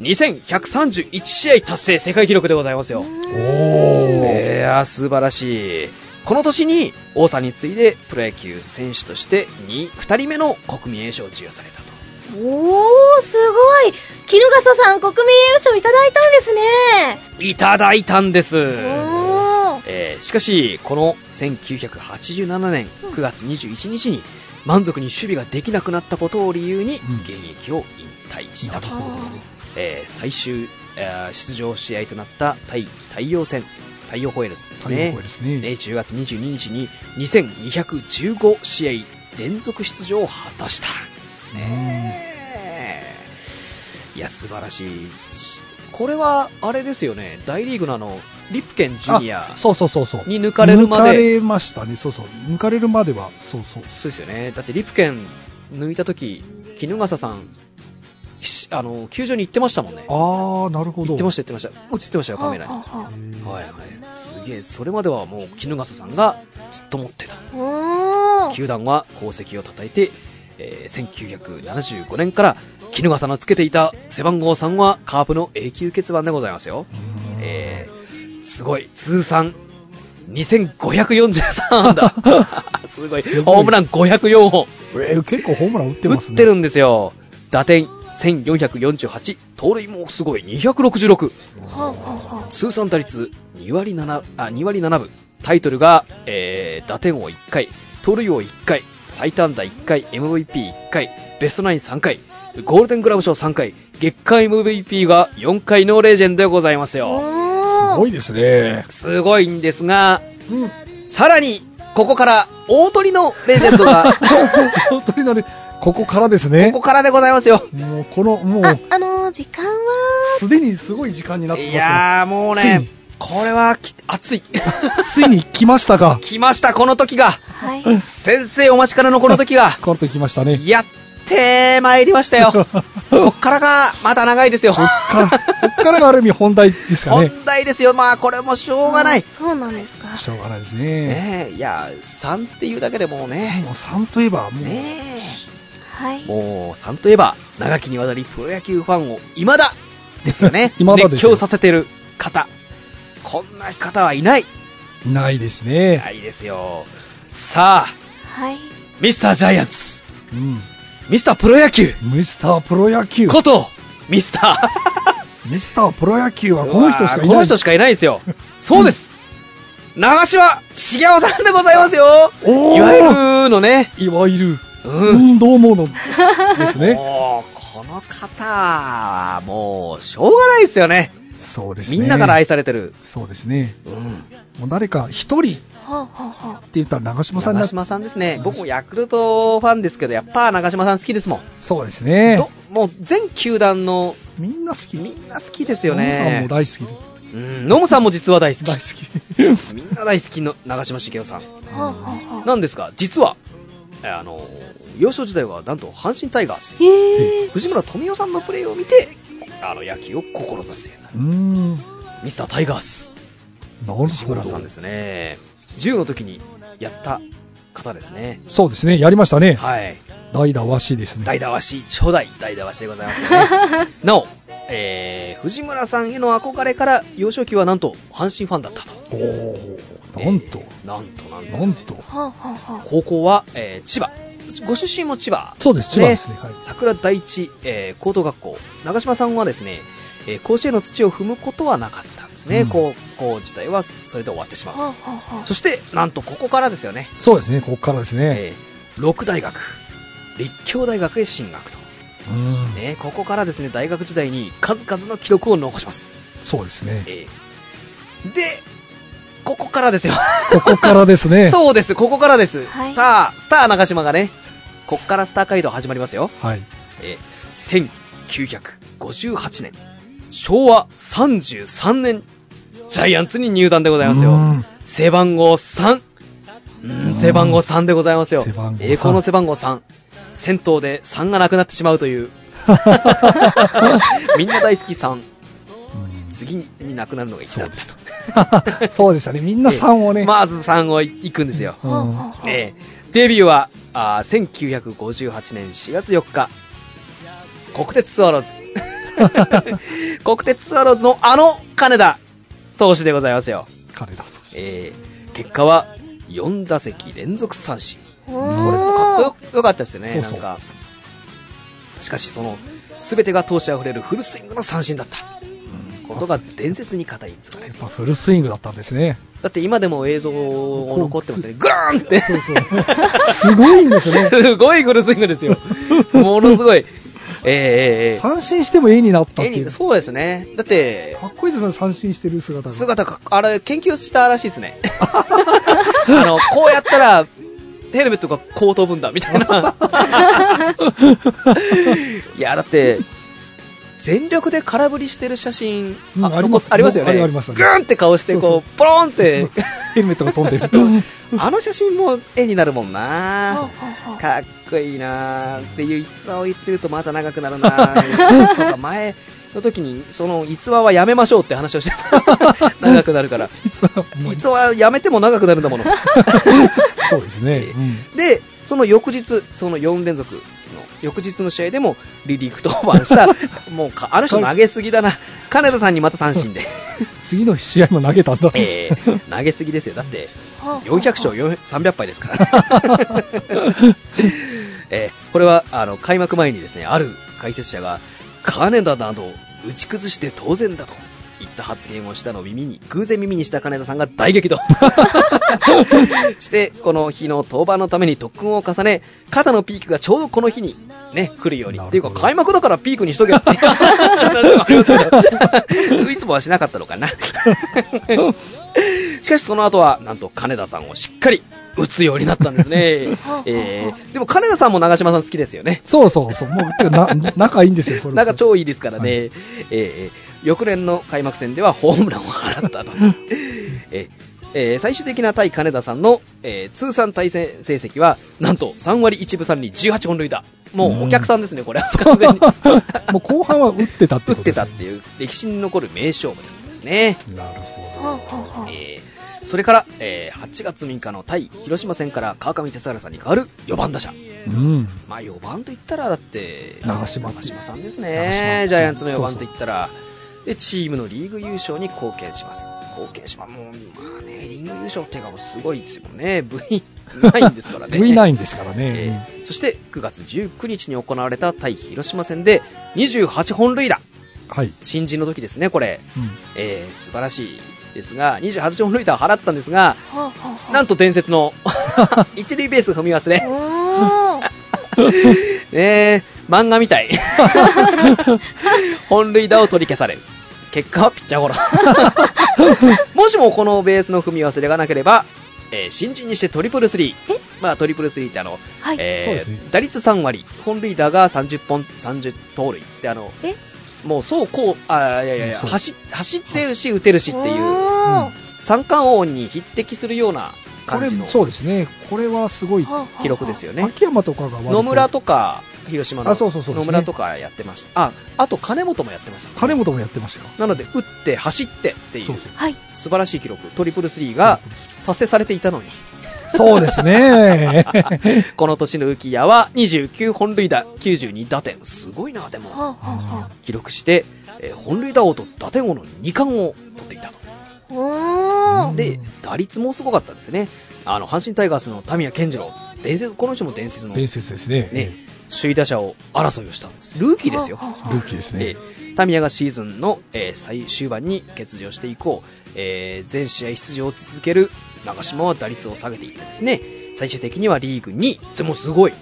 [SPEAKER 4] 2131試合達成世界記録でございますよ。
[SPEAKER 2] おー。
[SPEAKER 4] いやー、素晴らしい。この年に王さんに次いでプロ野球選手として 2, 2人目の国民栄誉賞を授与されたと。
[SPEAKER 3] おーすごい衣笠さん国民栄誉賞いただいたんですね
[SPEAKER 4] いただいたんです。
[SPEAKER 3] おー
[SPEAKER 4] えーしかし、この1987年9月21日に満足に守備ができなくなったことを理由に
[SPEAKER 2] うん
[SPEAKER 4] 現役を引退したと、
[SPEAKER 2] なるほど
[SPEAKER 4] えー最終、えー出場試合となった対太陽戦太陽ホエールズです
[SPEAKER 2] 最後の
[SPEAKER 4] ね
[SPEAKER 2] 声ですね。
[SPEAKER 4] ね10月22日に2215試合連続出場を果たしたですねいや素晴らしいこれはあれですよね大リーグのあのリプケンジュニア
[SPEAKER 2] あそうそうそうそう。
[SPEAKER 4] に抜かれるま
[SPEAKER 2] 抜か
[SPEAKER 4] で
[SPEAKER 2] れましたね。そうそう。抜かれるまでは、そうそう。
[SPEAKER 4] そうですよね。だってリプケン抜いた時、衣笠さん、しあの、球場に行ってましたもんね。
[SPEAKER 2] ああ、なるほど。
[SPEAKER 4] 行ってました、行ってました。映ってましたよ、カメラに。
[SPEAKER 3] はあはあは
[SPEAKER 4] はいはい。すげえ、それまではもう、衣笠さんがずっと持ってた。
[SPEAKER 3] あおー
[SPEAKER 4] 球団は功績を叩いて、えー1975年から衣笠のつけていた背番号3はカープの永久欠番でございますよ。
[SPEAKER 2] うん
[SPEAKER 4] えー、すごい、通算2543
[SPEAKER 2] (laughs)
[SPEAKER 4] 安打。すごい、
[SPEAKER 2] ごい
[SPEAKER 4] ホームラン504本。
[SPEAKER 2] えー結構ホームラン打って
[SPEAKER 4] 打
[SPEAKER 2] ま
[SPEAKER 4] っ
[SPEAKER 2] すね。
[SPEAKER 4] てるんですよ。打点1448、盗塁もすごい266。
[SPEAKER 3] はあはあはあ
[SPEAKER 4] 通算打率2割 ,7 あ2割7分タイトルが、えー打点王1回盗塁王1回最短打1回 MVP1 回ベストナイン3回ゴールデングラブ賞3回月間 MVP が4回のレジェンドでございますよ
[SPEAKER 3] おー
[SPEAKER 2] すごいです
[SPEAKER 4] (laughs)
[SPEAKER 2] ね。
[SPEAKER 4] すごいんですが
[SPEAKER 2] うん。
[SPEAKER 4] さらにここから大鳥のレジェンド
[SPEAKER 2] (laughs)
[SPEAKER 4] が
[SPEAKER 2] 本当になれ、ここからです
[SPEAKER 4] こ
[SPEAKER 2] ね
[SPEAKER 4] こ。からでございますよ
[SPEAKER 2] もう、この、もう、
[SPEAKER 3] あ、あのー、時間は、
[SPEAKER 2] すでにすごい時間になってます
[SPEAKER 4] い
[SPEAKER 2] ね
[SPEAKER 4] やーもう
[SPEAKER 2] つい
[SPEAKER 4] ね
[SPEAKER 2] に
[SPEAKER 4] これはき熱い (laughs)
[SPEAKER 2] ついに来ましたか。
[SPEAKER 4] 来ましたこの時が
[SPEAKER 3] はい。
[SPEAKER 4] 先生お待ちかねのこの時が
[SPEAKER 2] この時来ましたね。
[SPEAKER 4] やってまいりまし
[SPEAKER 2] (laughs)
[SPEAKER 4] たよ。こっからがまた長いですよ。
[SPEAKER 2] から、こっからがある意味本題ですかね。
[SPEAKER 4] 本題ですよ。まあこれもしょうがない
[SPEAKER 3] あ。そうなんですか。
[SPEAKER 2] しょうがないですね。
[SPEAKER 4] ねえ、いや、3っていうだけでもう
[SPEAKER 2] も
[SPEAKER 4] ね。
[SPEAKER 2] う3といえば、もう、。
[SPEAKER 4] ね
[SPEAKER 3] はい
[SPEAKER 4] え。。もう3といえば、長きにわたりプロ野球ファンを未だですよね
[SPEAKER 2] (laughs) 未だですよ
[SPEAKER 4] 熱狂させてる方。こんな方はいない。
[SPEAKER 2] ないです
[SPEAKER 4] い
[SPEAKER 2] ね。
[SPEAKER 4] ないですよ。さあ、
[SPEAKER 3] はい。
[SPEAKER 4] ミスタージャイアンツ、
[SPEAKER 2] うん。
[SPEAKER 4] ミスタープロ野球、
[SPEAKER 2] ミスタープロ野球。
[SPEAKER 4] こと、ミスター。
[SPEAKER 2] ミスタープロ野球はこの人しかいな
[SPEAKER 4] うわー
[SPEAKER 2] い。
[SPEAKER 4] この人しかいないですよ。そうです。長島茂雄さんでございますよ。
[SPEAKER 2] おー
[SPEAKER 4] いわゆるのね。
[SPEAKER 2] いわゆる、
[SPEAKER 4] う。
[SPEAKER 2] うんん、どうもの、です
[SPEAKER 4] (laughs)
[SPEAKER 2] ね。
[SPEAKER 4] もう、この方は、もう、しょうがないですよね。
[SPEAKER 2] そうですね。
[SPEAKER 4] みんなから愛されてる。
[SPEAKER 2] そうですね。
[SPEAKER 4] うん。
[SPEAKER 2] もう誰か一人って
[SPEAKER 3] ほうほうほう。
[SPEAKER 2] 言ったら長嶋さんに
[SPEAKER 4] 長
[SPEAKER 2] なっ
[SPEAKER 4] 島さんですね。僕もヤクルトファンですけど、やっぱ長島さん好きですもん。
[SPEAKER 2] そうですね
[SPEAKER 4] ど。もう全球団の
[SPEAKER 2] みんな好き。
[SPEAKER 4] みんな好きです
[SPEAKER 2] ノ
[SPEAKER 4] よ
[SPEAKER 2] ムさんも
[SPEAKER 4] ね。
[SPEAKER 2] 大好き。
[SPEAKER 4] うん。ノムさんも実は大好
[SPEAKER 2] 大
[SPEAKER 4] き。
[SPEAKER 2] 好き。
[SPEAKER 4] みんな大好きの長島茂雄さん。
[SPEAKER 3] ほうほうほう。
[SPEAKER 4] なんですが、実は、えーあのー、幼少時代はなんと阪神タイガース、
[SPEAKER 3] へえ。
[SPEAKER 4] 藤村富美男さんのプレーを見て、あの野球を志すように
[SPEAKER 2] うー
[SPEAKER 4] なる
[SPEAKER 2] ん。なる
[SPEAKER 4] ミスタータイガース、
[SPEAKER 2] ほど。
[SPEAKER 4] 藤村さんですね。10の時にやった方ですね。
[SPEAKER 2] そうですね。やりましたね。
[SPEAKER 4] はい。
[SPEAKER 2] 代打わしいですね。
[SPEAKER 4] 代打わし、初代代打わしでございますね。なお、えー、藤村さんへの憧れから幼少期はなんと阪神ファンだったと。
[SPEAKER 2] おーなんと
[SPEAKER 4] え、ーなんとなんと。
[SPEAKER 2] なんと。
[SPEAKER 3] ほうほうほう。
[SPEAKER 4] 高校は、えー千葉。ご出身も千葉。
[SPEAKER 2] そうです、千葉ですね。はい。
[SPEAKER 4] 桜第一、えー高等学校長島さんはですね、えー甲子園の土を踏むことはなかったんですね、
[SPEAKER 2] うん
[SPEAKER 4] 高校自体はそれで終わってしま
[SPEAKER 3] ほ
[SPEAKER 4] う
[SPEAKER 3] うほうほう。
[SPEAKER 4] そしてなんとここからですよね、
[SPEAKER 2] そうですね、ここからですね。
[SPEAKER 4] えー六大学立教大学へ進学と、
[SPEAKER 2] うーん。
[SPEAKER 4] ね、ここからですね大学時代に数々の記録を残します、
[SPEAKER 2] そうですね。
[SPEAKER 4] えーでここからですよ
[SPEAKER 2] ここからですね。
[SPEAKER 4] そうですここからです、
[SPEAKER 3] はい
[SPEAKER 4] スタースター長島がねここからスター街道始まりますよ
[SPEAKER 2] はい。
[SPEAKER 4] えー1958年、昭和33年、ジャイアンツに入団でございます
[SPEAKER 2] う
[SPEAKER 4] よ。
[SPEAKER 2] ん
[SPEAKER 4] 背番号3。うん、背番号3でございますよ
[SPEAKER 2] 背番。号
[SPEAKER 4] 栄光の背番号3。戦闘で3がなくなってしまう
[SPEAKER 2] (laughs)
[SPEAKER 4] という。みんな大好き3。
[SPEAKER 2] うん
[SPEAKER 4] 次になくなるのが1
[SPEAKER 2] そ
[SPEAKER 4] だ
[SPEAKER 2] う
[SPEAKER 4] っ
[SPEAKER 2] で
[SPEAKER 4] た
[SPEAKER 2] した (laughs) そう (laughs) でしたね。みんな3を
[SPEAKER 4] (laughs)
[SPEAKER 2] ね。
[SPEAKER 4] まず3をいくんですよ。
[SPEAKER 2] う
[SPEAKER 3] ほうんほうほう。
[SPEAKER 4] えーデビューはあー1958年4月4日国鉄スワロー
[SPEAKER 2] (laughs)
[SPEAKER 4] ズ国鉄スワローズのあの金田投手でございますよ、
[SPEAKER 2] 彼だそう。
[SPEAKER 4] えー結果は4打席連続三振
[SPEAKER 3] お
[SPEAKER 4] これもかっこよ
[SPEAKER 3] ー。
[SPEAKER 4] よかったですよね
[SPEAKER 2] そうそう
[SPEAKER 4] なんかしかしその全てが投手あふれるフルスイングの三振だったことが伝説に語り継がれ
[SPEAKER 2] や
[SPEAKER 4] る
[SPEAKER 2] っぱフルスイングだったんですね。
[SPEAKER 4] だって今でも映像を残ってますねグラーンって
[SPEAKER 2] そう
[SPEAKER 4] (laughs)
[SPEAKER 2] そう。すごいんですよね。
[SPEAKER 4] すごいフルスイングですよ。ものすごい。えええ
[SPEAKER 2] 三振しても絵になった
[SPEAKER 4] え
[SPEAKER 2] っ
[SPEAKER 4] え
[SPEAKER 2] てい
[SPEAKER 4] に
[SPEAKER 2] う。
[SPEAKER 4] そうですね。だって、
[SPEAKER 2] かっこいいですよね、三振してる姿が。
[SPEAKER 4] 姿か、あれ、研究したらしいですね。あの、こうやったら、ヘルメットがこう飛ぶんだ、みたいな。いや、だって、全力で空振りしてる写真、
[SPEAKER 2] うん
[SPEAKER 4] あ
[SPEAKER 2] あります
[SPEAKER 4] ありますよね。
[SPEAKER 2] ありありますあり
[SPEAKER 4] グ
[SPEAKER 2] ます
[SPEAKER 4] ーンって顔して、こう、ポロン
[SPEAKER 2] (laughs)
[SPEAKER 4] って。
[SPEAKER 2] ヘルメットが飛
[SPEAKER 4] (laughs)
[SPEAKER 2] んでる。
[SPEAKER 4] あの写真も絵になるもんな。
[SPEAKER 3] あ
[SPEAKER 4] かっこいいなっていう逸話を言ってるとまた長くな
[SPEAKER 3] (laughs)
[SPEAKER 4] るなそうか、前の時に、その逸話はやめましょうって話をしてた。長くなるから。
[SPEAKER 2] いつはもう
[SPEAKER 4] 逸話やめても長くなるんだ
[SPEAKER 3] (laughs)
[SPEAKER 4] もの。
[SPEAKER 2] そうですね。
[SPEAKER 4] で、その翌日、その4連続の翌日の試合でもリリーフ登板した、もうかあの人投げすぎだな、金田さんにまた三振で、
[SPEAKER 2] うん次の試合も投げたんだ。
[SPEAKER 4] えー投げすぎですよ、だって
[SPEAKER 3] あ
[SPEAKER 4] 400勝400 300敗で
[SPEAKER 2] (laughs)
[SPEAKER 4] すから、えーこれはあの開幕前にですねある解説者が、金田など打ち崩して当然だと。言った発言をしたのを耳に、偶然耳にした金田さんが大激怒。
[SPEAKER 2] (laughs)
[SPEAKER 4] して、この日の登板のために特訓を重ね、肩のピークがちょうどこの日にね、来るように。
[SPEAKER 2] なるほど
[SPEAKER 4] っていうか、開幕だからピークにしとけよって話もありますけど (laughs) いつもはしなかったのか (laughs) な。しかしその後は、なんと金田さんをしっかり打つようになったんです (laughs) ね。え (laughs) ーでも金田さんも長嶋さん好きですよね。
[SPEAKER 2] そうそうそう。もう、てか、な、仲いいんですよ、これ。
[SPEAKER 4] 仲
[SPEAKER 2] い
[SPEAKER 4] 超いいですからね、えー翌年の開幕戦ではホームランを放った (laughs) と、えーえー最終的な対金田さんの、えー通算対戦成績はなんと3割1分3厘18本塁打もうお客さんですね、これは完全 (laughs) に
[SPEAKER 2] (laughs) もう後半は打ってたって
[SPEAKER 4] 打っ
[SPEAKER 2] ことで
[SPEAKER 4] て
[SPEAKER 2] す
[SPEAKER 4] た
[SPEAKER 2] ね
[SPEAKER 4] っていう歴史に残る名勝負なんですね、
[SPEAKER 2] なるほ
[SPEAKER 3] はあはあ
[SPEAKER 4] えーそれから、えー8月6日の対広島戦から川上哲治さんに代わる4番打者
[SPEAKER 2] ど。うん。
[SPEAKER 4] まあ4番と言ったらだって
[SPEAKER 2] 長嶋
[SPEAKER 4] さんです
[SPEAKER 2] 長
[SPEAKER 4] ね
[SPEAKER 2] 嶋
[SPEAKER 4] ジャイアンツの4番と言ったらでチームのリーグ優勝に貢献します貢献しますもうまあねリーグ優勝っていうかもうすごいですよね V9 ですか
[SPEAKER 2] (laughs)
[SPEAKER 4] らね
[SPEAKER 2] V9 ですから
[SPEAKER 4] え
[SPEAKER 2] ね。
[SPEAKER 4] ーそして9月19日に行われた対広島戦で28本塁打
[SPEAKER 2] はい。
[SPEAKER 4] 新人の時ですねこれ、
[SPEAKER 2] うん
[SPEAKER 4] えー素晴らしいですが28本塁打を放ったんですが
[SPEAKER 3] はあはあ
[SPEAKER 4] なんと伝説
[SPEAKER 2] (laughs)
[SPEAKER 4] の一塁ベース踏み忘れ
[SPEAKER 3] おー
[SPEAKER 4] ねえ、漫画
[SPEAKER 2] (laughs)
[SPEAKER 4] みたい。本塁打を取り消される。結果はピッ
[SPEAKER 2] (laughs)
[SPEAKER 4] チャーゴロ。もしもこのベースの踏み忘れがなければ、えー新人にしてトリプルスリー。まあトリプルスリーってあの、
[SPEAKER 3] はい
[SPEAKER 4] えー
[SPEAKER 2] そうですね
[SPEAKER 4] 打率3割、本塁打が30本、30盗塁ってあの、
[SPEAKER 3] え
[SPEAKER 4] もうそうこう、あーいやいやいや、
[SPEAKER 2] そう
[SPEAKER 4] 走走ってるし打てるしっていう、
[SPEAKER 3] おー
[SPEAKER 4] 三冠王に匹敵するような
[SPEAKER 2] こ
[SPEAKER 4] 感
[SPEAKER 2] れ
[SPEAKER 4] じの
[SPEAKER 2] そうですね。これはすごい。
[SPEAKER 3] はあはあ
[SPEAKER 4] 記録ですよね。
[SPEAKER 2] 秋山とかが割と
[SPEAKER 4] 野村とか、広島の
[SPEAKER 2] あそうそうそう
[SPEAKER 4] 野村とかやってました。あ、あと金本もやってました、
[SPEAKER 2] 金本もやってましたか
[SPEAKER 4] なので、打って、走ってっていう、
[SPEAKER 2] そうそう
[SPEAKER 3] はい
[SPEAKER 4] 素晴らしい記録、トリプルスリーが達成されていたのに、 (laughs)
[SPEAKER 2] そうですね。
[SPEAKER 4] この年の浮谷は29本塁打、92打点。すごいな、でも。
[SPEAKER 3] はあは
[SPEAKER 4] 記録して、えー本塁打王と打点王の2冠を取っていたと。
[SPEAKER 3] あはあおー
[SPEAKER 4] で、打率もすごかったんですね。あの、阪神タイガースの田宮健次郎、伝説、この人も伝説の、
[SPEAKER 2] 伝
[SPEAKER 4] ね、
[SPEAKER 2] 説ですね。
[SPEAKER 4] 首位打者を争いをしたんです。ルーキーですよ。
[SPEAKER 3] はあはあ
[SPEAKER 2] ルーキーですね
[SPEAKER 4] え。ータミヤがシーズンの、えー最終盤に欠場して以降、えー全試合出場を続ける長島は打率を下げていってですね最終的にはリーグ2位でもすごい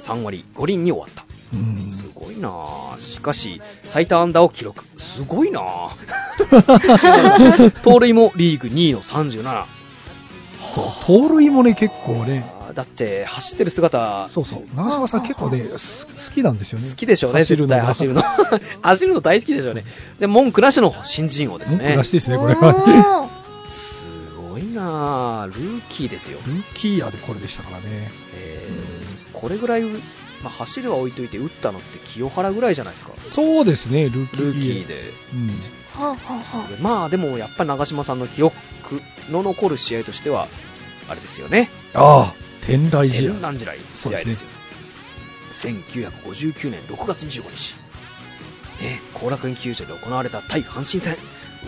[SPEAKER 4] 3割5厘に終わった
[SPEAKER 2] うん
[SPEAKER 4] すごいなぁしかし最多安打を記録すごいな
[SPEAKER 3] (laughs)
[SPEAKER 4] ぁ盗塁もリーグ2位の37
[SPEAKER 2] 盗塁もね、結構ね、
[SPEAKER 4] あーだって走ってる姿
[SPEAKER 2] そうそう、長嶋さん結構ね、す好きなんですよね。
[SPEAKER 4] 好きでしょうね、
[SPEAKER 2] 走る
[SPEAKER 4] 絶
[SPEAKER 2] の
[SPEAKER 4] 対
[SPEAKER 2] が
[SPEAKER 4] 走
[SPEAKER 2] (laughs)
[SPEAKER 4] るの。走るの大好きでしょうね。で、文句なしの新人王です
[SPEAKER 2] 文句
[SPEAKER 4] ね。
[SPEAKER 2] なしですね、これ
[SPEAKER 3] お
[SPEAKER 2] は。
[SPEAKER 3] ー
[SPEAKER 4] すごいなぁ、ルーキーですよ。
[SPEAKER 2] ルーキーやでこれでしたからね。
[SPEAKER 4] えーこれぐらい、まあ、走るは置いといて打ったのって清原ぐらいじゃないですか。
[SPEAKER 2] そうですね、ルーキー。
[SPEAKER 4] ルーキー。で。
[SPEAKER 2] うん。
[SPEAKER 3] はあはあは
[SPEAKER 4] す
[SPEAKER 3] あ
[SPEAKER 4] ごいまあでもやっぱり長嶋さんの記憶の残る試合としては、あれですよね。
[SPEAKER 2] ああ、天台試
[SPEAKER 4] 天
[SPEAKER 2] 合。
[SPEAKER 4] 覧試合
[SPEAKER 2] そう
[SPEAKER 4] 試
[SPEAKER 2] で
[SPEAKER 4] 合
[SPEAKER 2] すね
[SPEAKER 4] ですよ。1959年6月25日。ね、後楽園球場で行われた対阪神戦。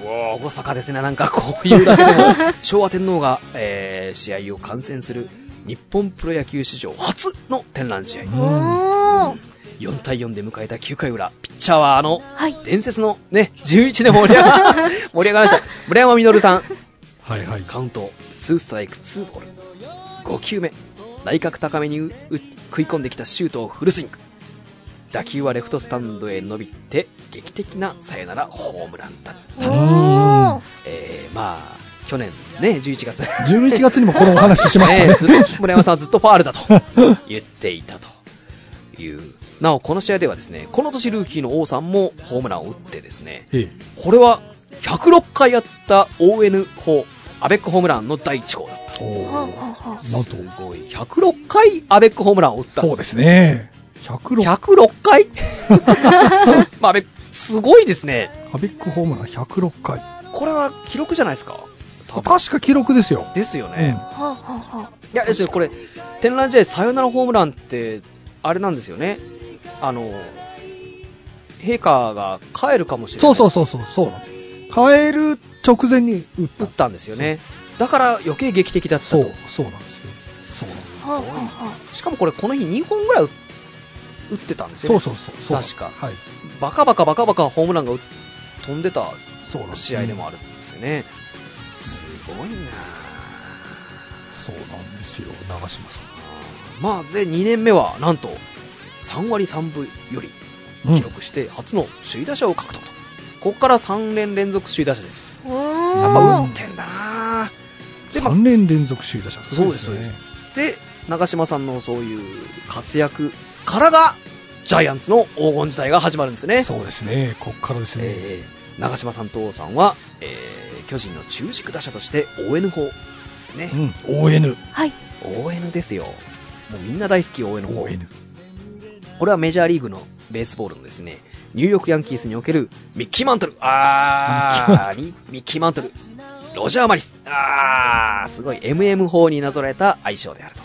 [SPEAKER 4] うわー、大阪ですね。なんかこういうだけでも、
[SPEAKER 2] (laughs)
[SPEAKER 4] 昭和天皇が、えー試合を観戦する日本プロ野球史上初の天覧試合。
[SPEAKER 2] うん
[SPEAKER 3] おー
[SPEAKER 4] 4対4で迎えた9回裏、ピッチャーはあの、
[SPEAKER 3] はい
[SPEAKER 4] 伝説のね、11で盛り上が、
[SPEAKER 2] (laughs)
[SPEAKER 4] 盛り上がりました。村山実さん、
[SPEAKER 2] はいはい。
[SPEAKER 4] カウント、2ストライク、2ボール。5球目、内角高めにうう食い込んできたシュートをフルスイング。打球はレフトスタンドへ伸びて、劇的なサヨナラホームランだっ
[SPEAKER 3] お
[SPEAKER 4] た。
[SPEAKER 3] ー
[SPEAKER 4] えー、まあ、去年ね、11月。
[SPEAKER 2] 11月にもこのお
[SPEAKER 4] (laughs)
[SPEAKER 2] 話ししました
[SPEAKER 4] ね
[SPEAKER 2] ね。 (laughs)
[SPEAKER 4] ずっと村山さんはずっとファールだと言っていたという、なお、この試合ではですね、この年ルーキーの王さんもホームランを打ってですね、
[SPEAKER 2] ええ
[SPEAKER 4] これは106回やった ON 法、アベックホームランの第1号だった。
[SPEAKER 2] お
[SPEAKER 3] はあ
[SPEAKER 2] ー
[SPEAKER 3] はあはあ
[SPEAKER 4] すごい。106回アベックホームランを打った。
[SPEAKER 2] そうですね。106
[SPEAKER 4] 106回
[SPEAKER 2] (laughs)
[SPEAKER 4] まあ、あれ、すごいですね。
[SPEAKER 2] アベックホームラン106回。
[SPEAKER 4] これは記録じゃないですか。多
[SPEAKER 2] 確
[SPEAKER 4] 分
[SPEAKER 2] か記録ですよ。
[SPEAKER 4] ですよね。
[SPEAKER 2] う
[SPEAKER 3] はあ
[SPEAKER 2] ん
[SPEAKER 3] はあはあ
[SPEAKER 4] いや、ですよ、これ、天覧試合サヨナラホームランって、あれなんですよね。あの、陛下が帰るかもしれな
[SPEAKER 2] そ
[SPEAKER 4] い。
[SPEAKER 2] うそうそうそう、そうなんです。変える直前に打っ
[SPEAKER 4] 打
[SPEAKER 2] た
[SPEAKER 4] っ。たんですよね。だから余計劇的だった
[SPEAKER 2] そ
[SPEAKER 4] と
[SPEAKER 2] う。、そうなんですね。そう
[SPEAKER 3] はあはあは
[SPEAKER 4] しかもこれ、この日2本ぐらい打ってたんですよ
[SPEAKER 2] そ
[SPEAKER 4] ね。
[SPEAKER 2] うそうそうそう。
[SPEAKER 4] 確か
[SPEAKER 2] はい。
[SPEAKER 4] バカバカバカバカホームランが打っ飛んでた
[SPEAKER 2] そうなん
[SPEAKER 4] 試合でもあ
[SPEAKER 2] る。
[SPEAKER 4] るんですよね。すごいなぁ
[SPEAKER 2] そうなんですよ、長嶋さん。
[SPEAKER 4] まあ、ぜ2年目はなんと3割3分より
[SPEAKER 2] うん
[SPEAKER 4] 記録して初の首位打者を獲得と、ここから3連連続首位打者ですよ、
[SPEAKER 3] あ
[SPEAKER 4] やっ
[SPEAKER 3] お
[SPEAKER 4] ぱ
[SPEAKER 3] ー
[SPEAKER 4] 打ってんだなぁで、まあ
[SPEAKER 2] 3連連続首位打者。すごい
[SPEAKER 4] そうです
[SPEAKER 2] ね。
[SPEAKER 4] で長嶋さんのそういう活躍からがジャイアンツの黄金時代が始まるんですね、
[SPEAKER 2] そうですね。こっからですね。
[SPEAKER 4] えー長嶋さんと王さんは、えー巨人の中軸打者として ON 法、ね
[SPEAKER 2] うん。ON。
[SPEAKER 3] はい。
[SPEAKER 4] ON ですよもうみんな大好き ON 法
[SPEAKER 2] ON。
[SPEAKER 4] これはメジャーリーグのベースボールのですね、ニューヨークヤンキースにおけるミッキーマントル、あーに、ミッキーマントル、ロジャー・マリス、あー、すごい MM 法になぞらえた愛称であると。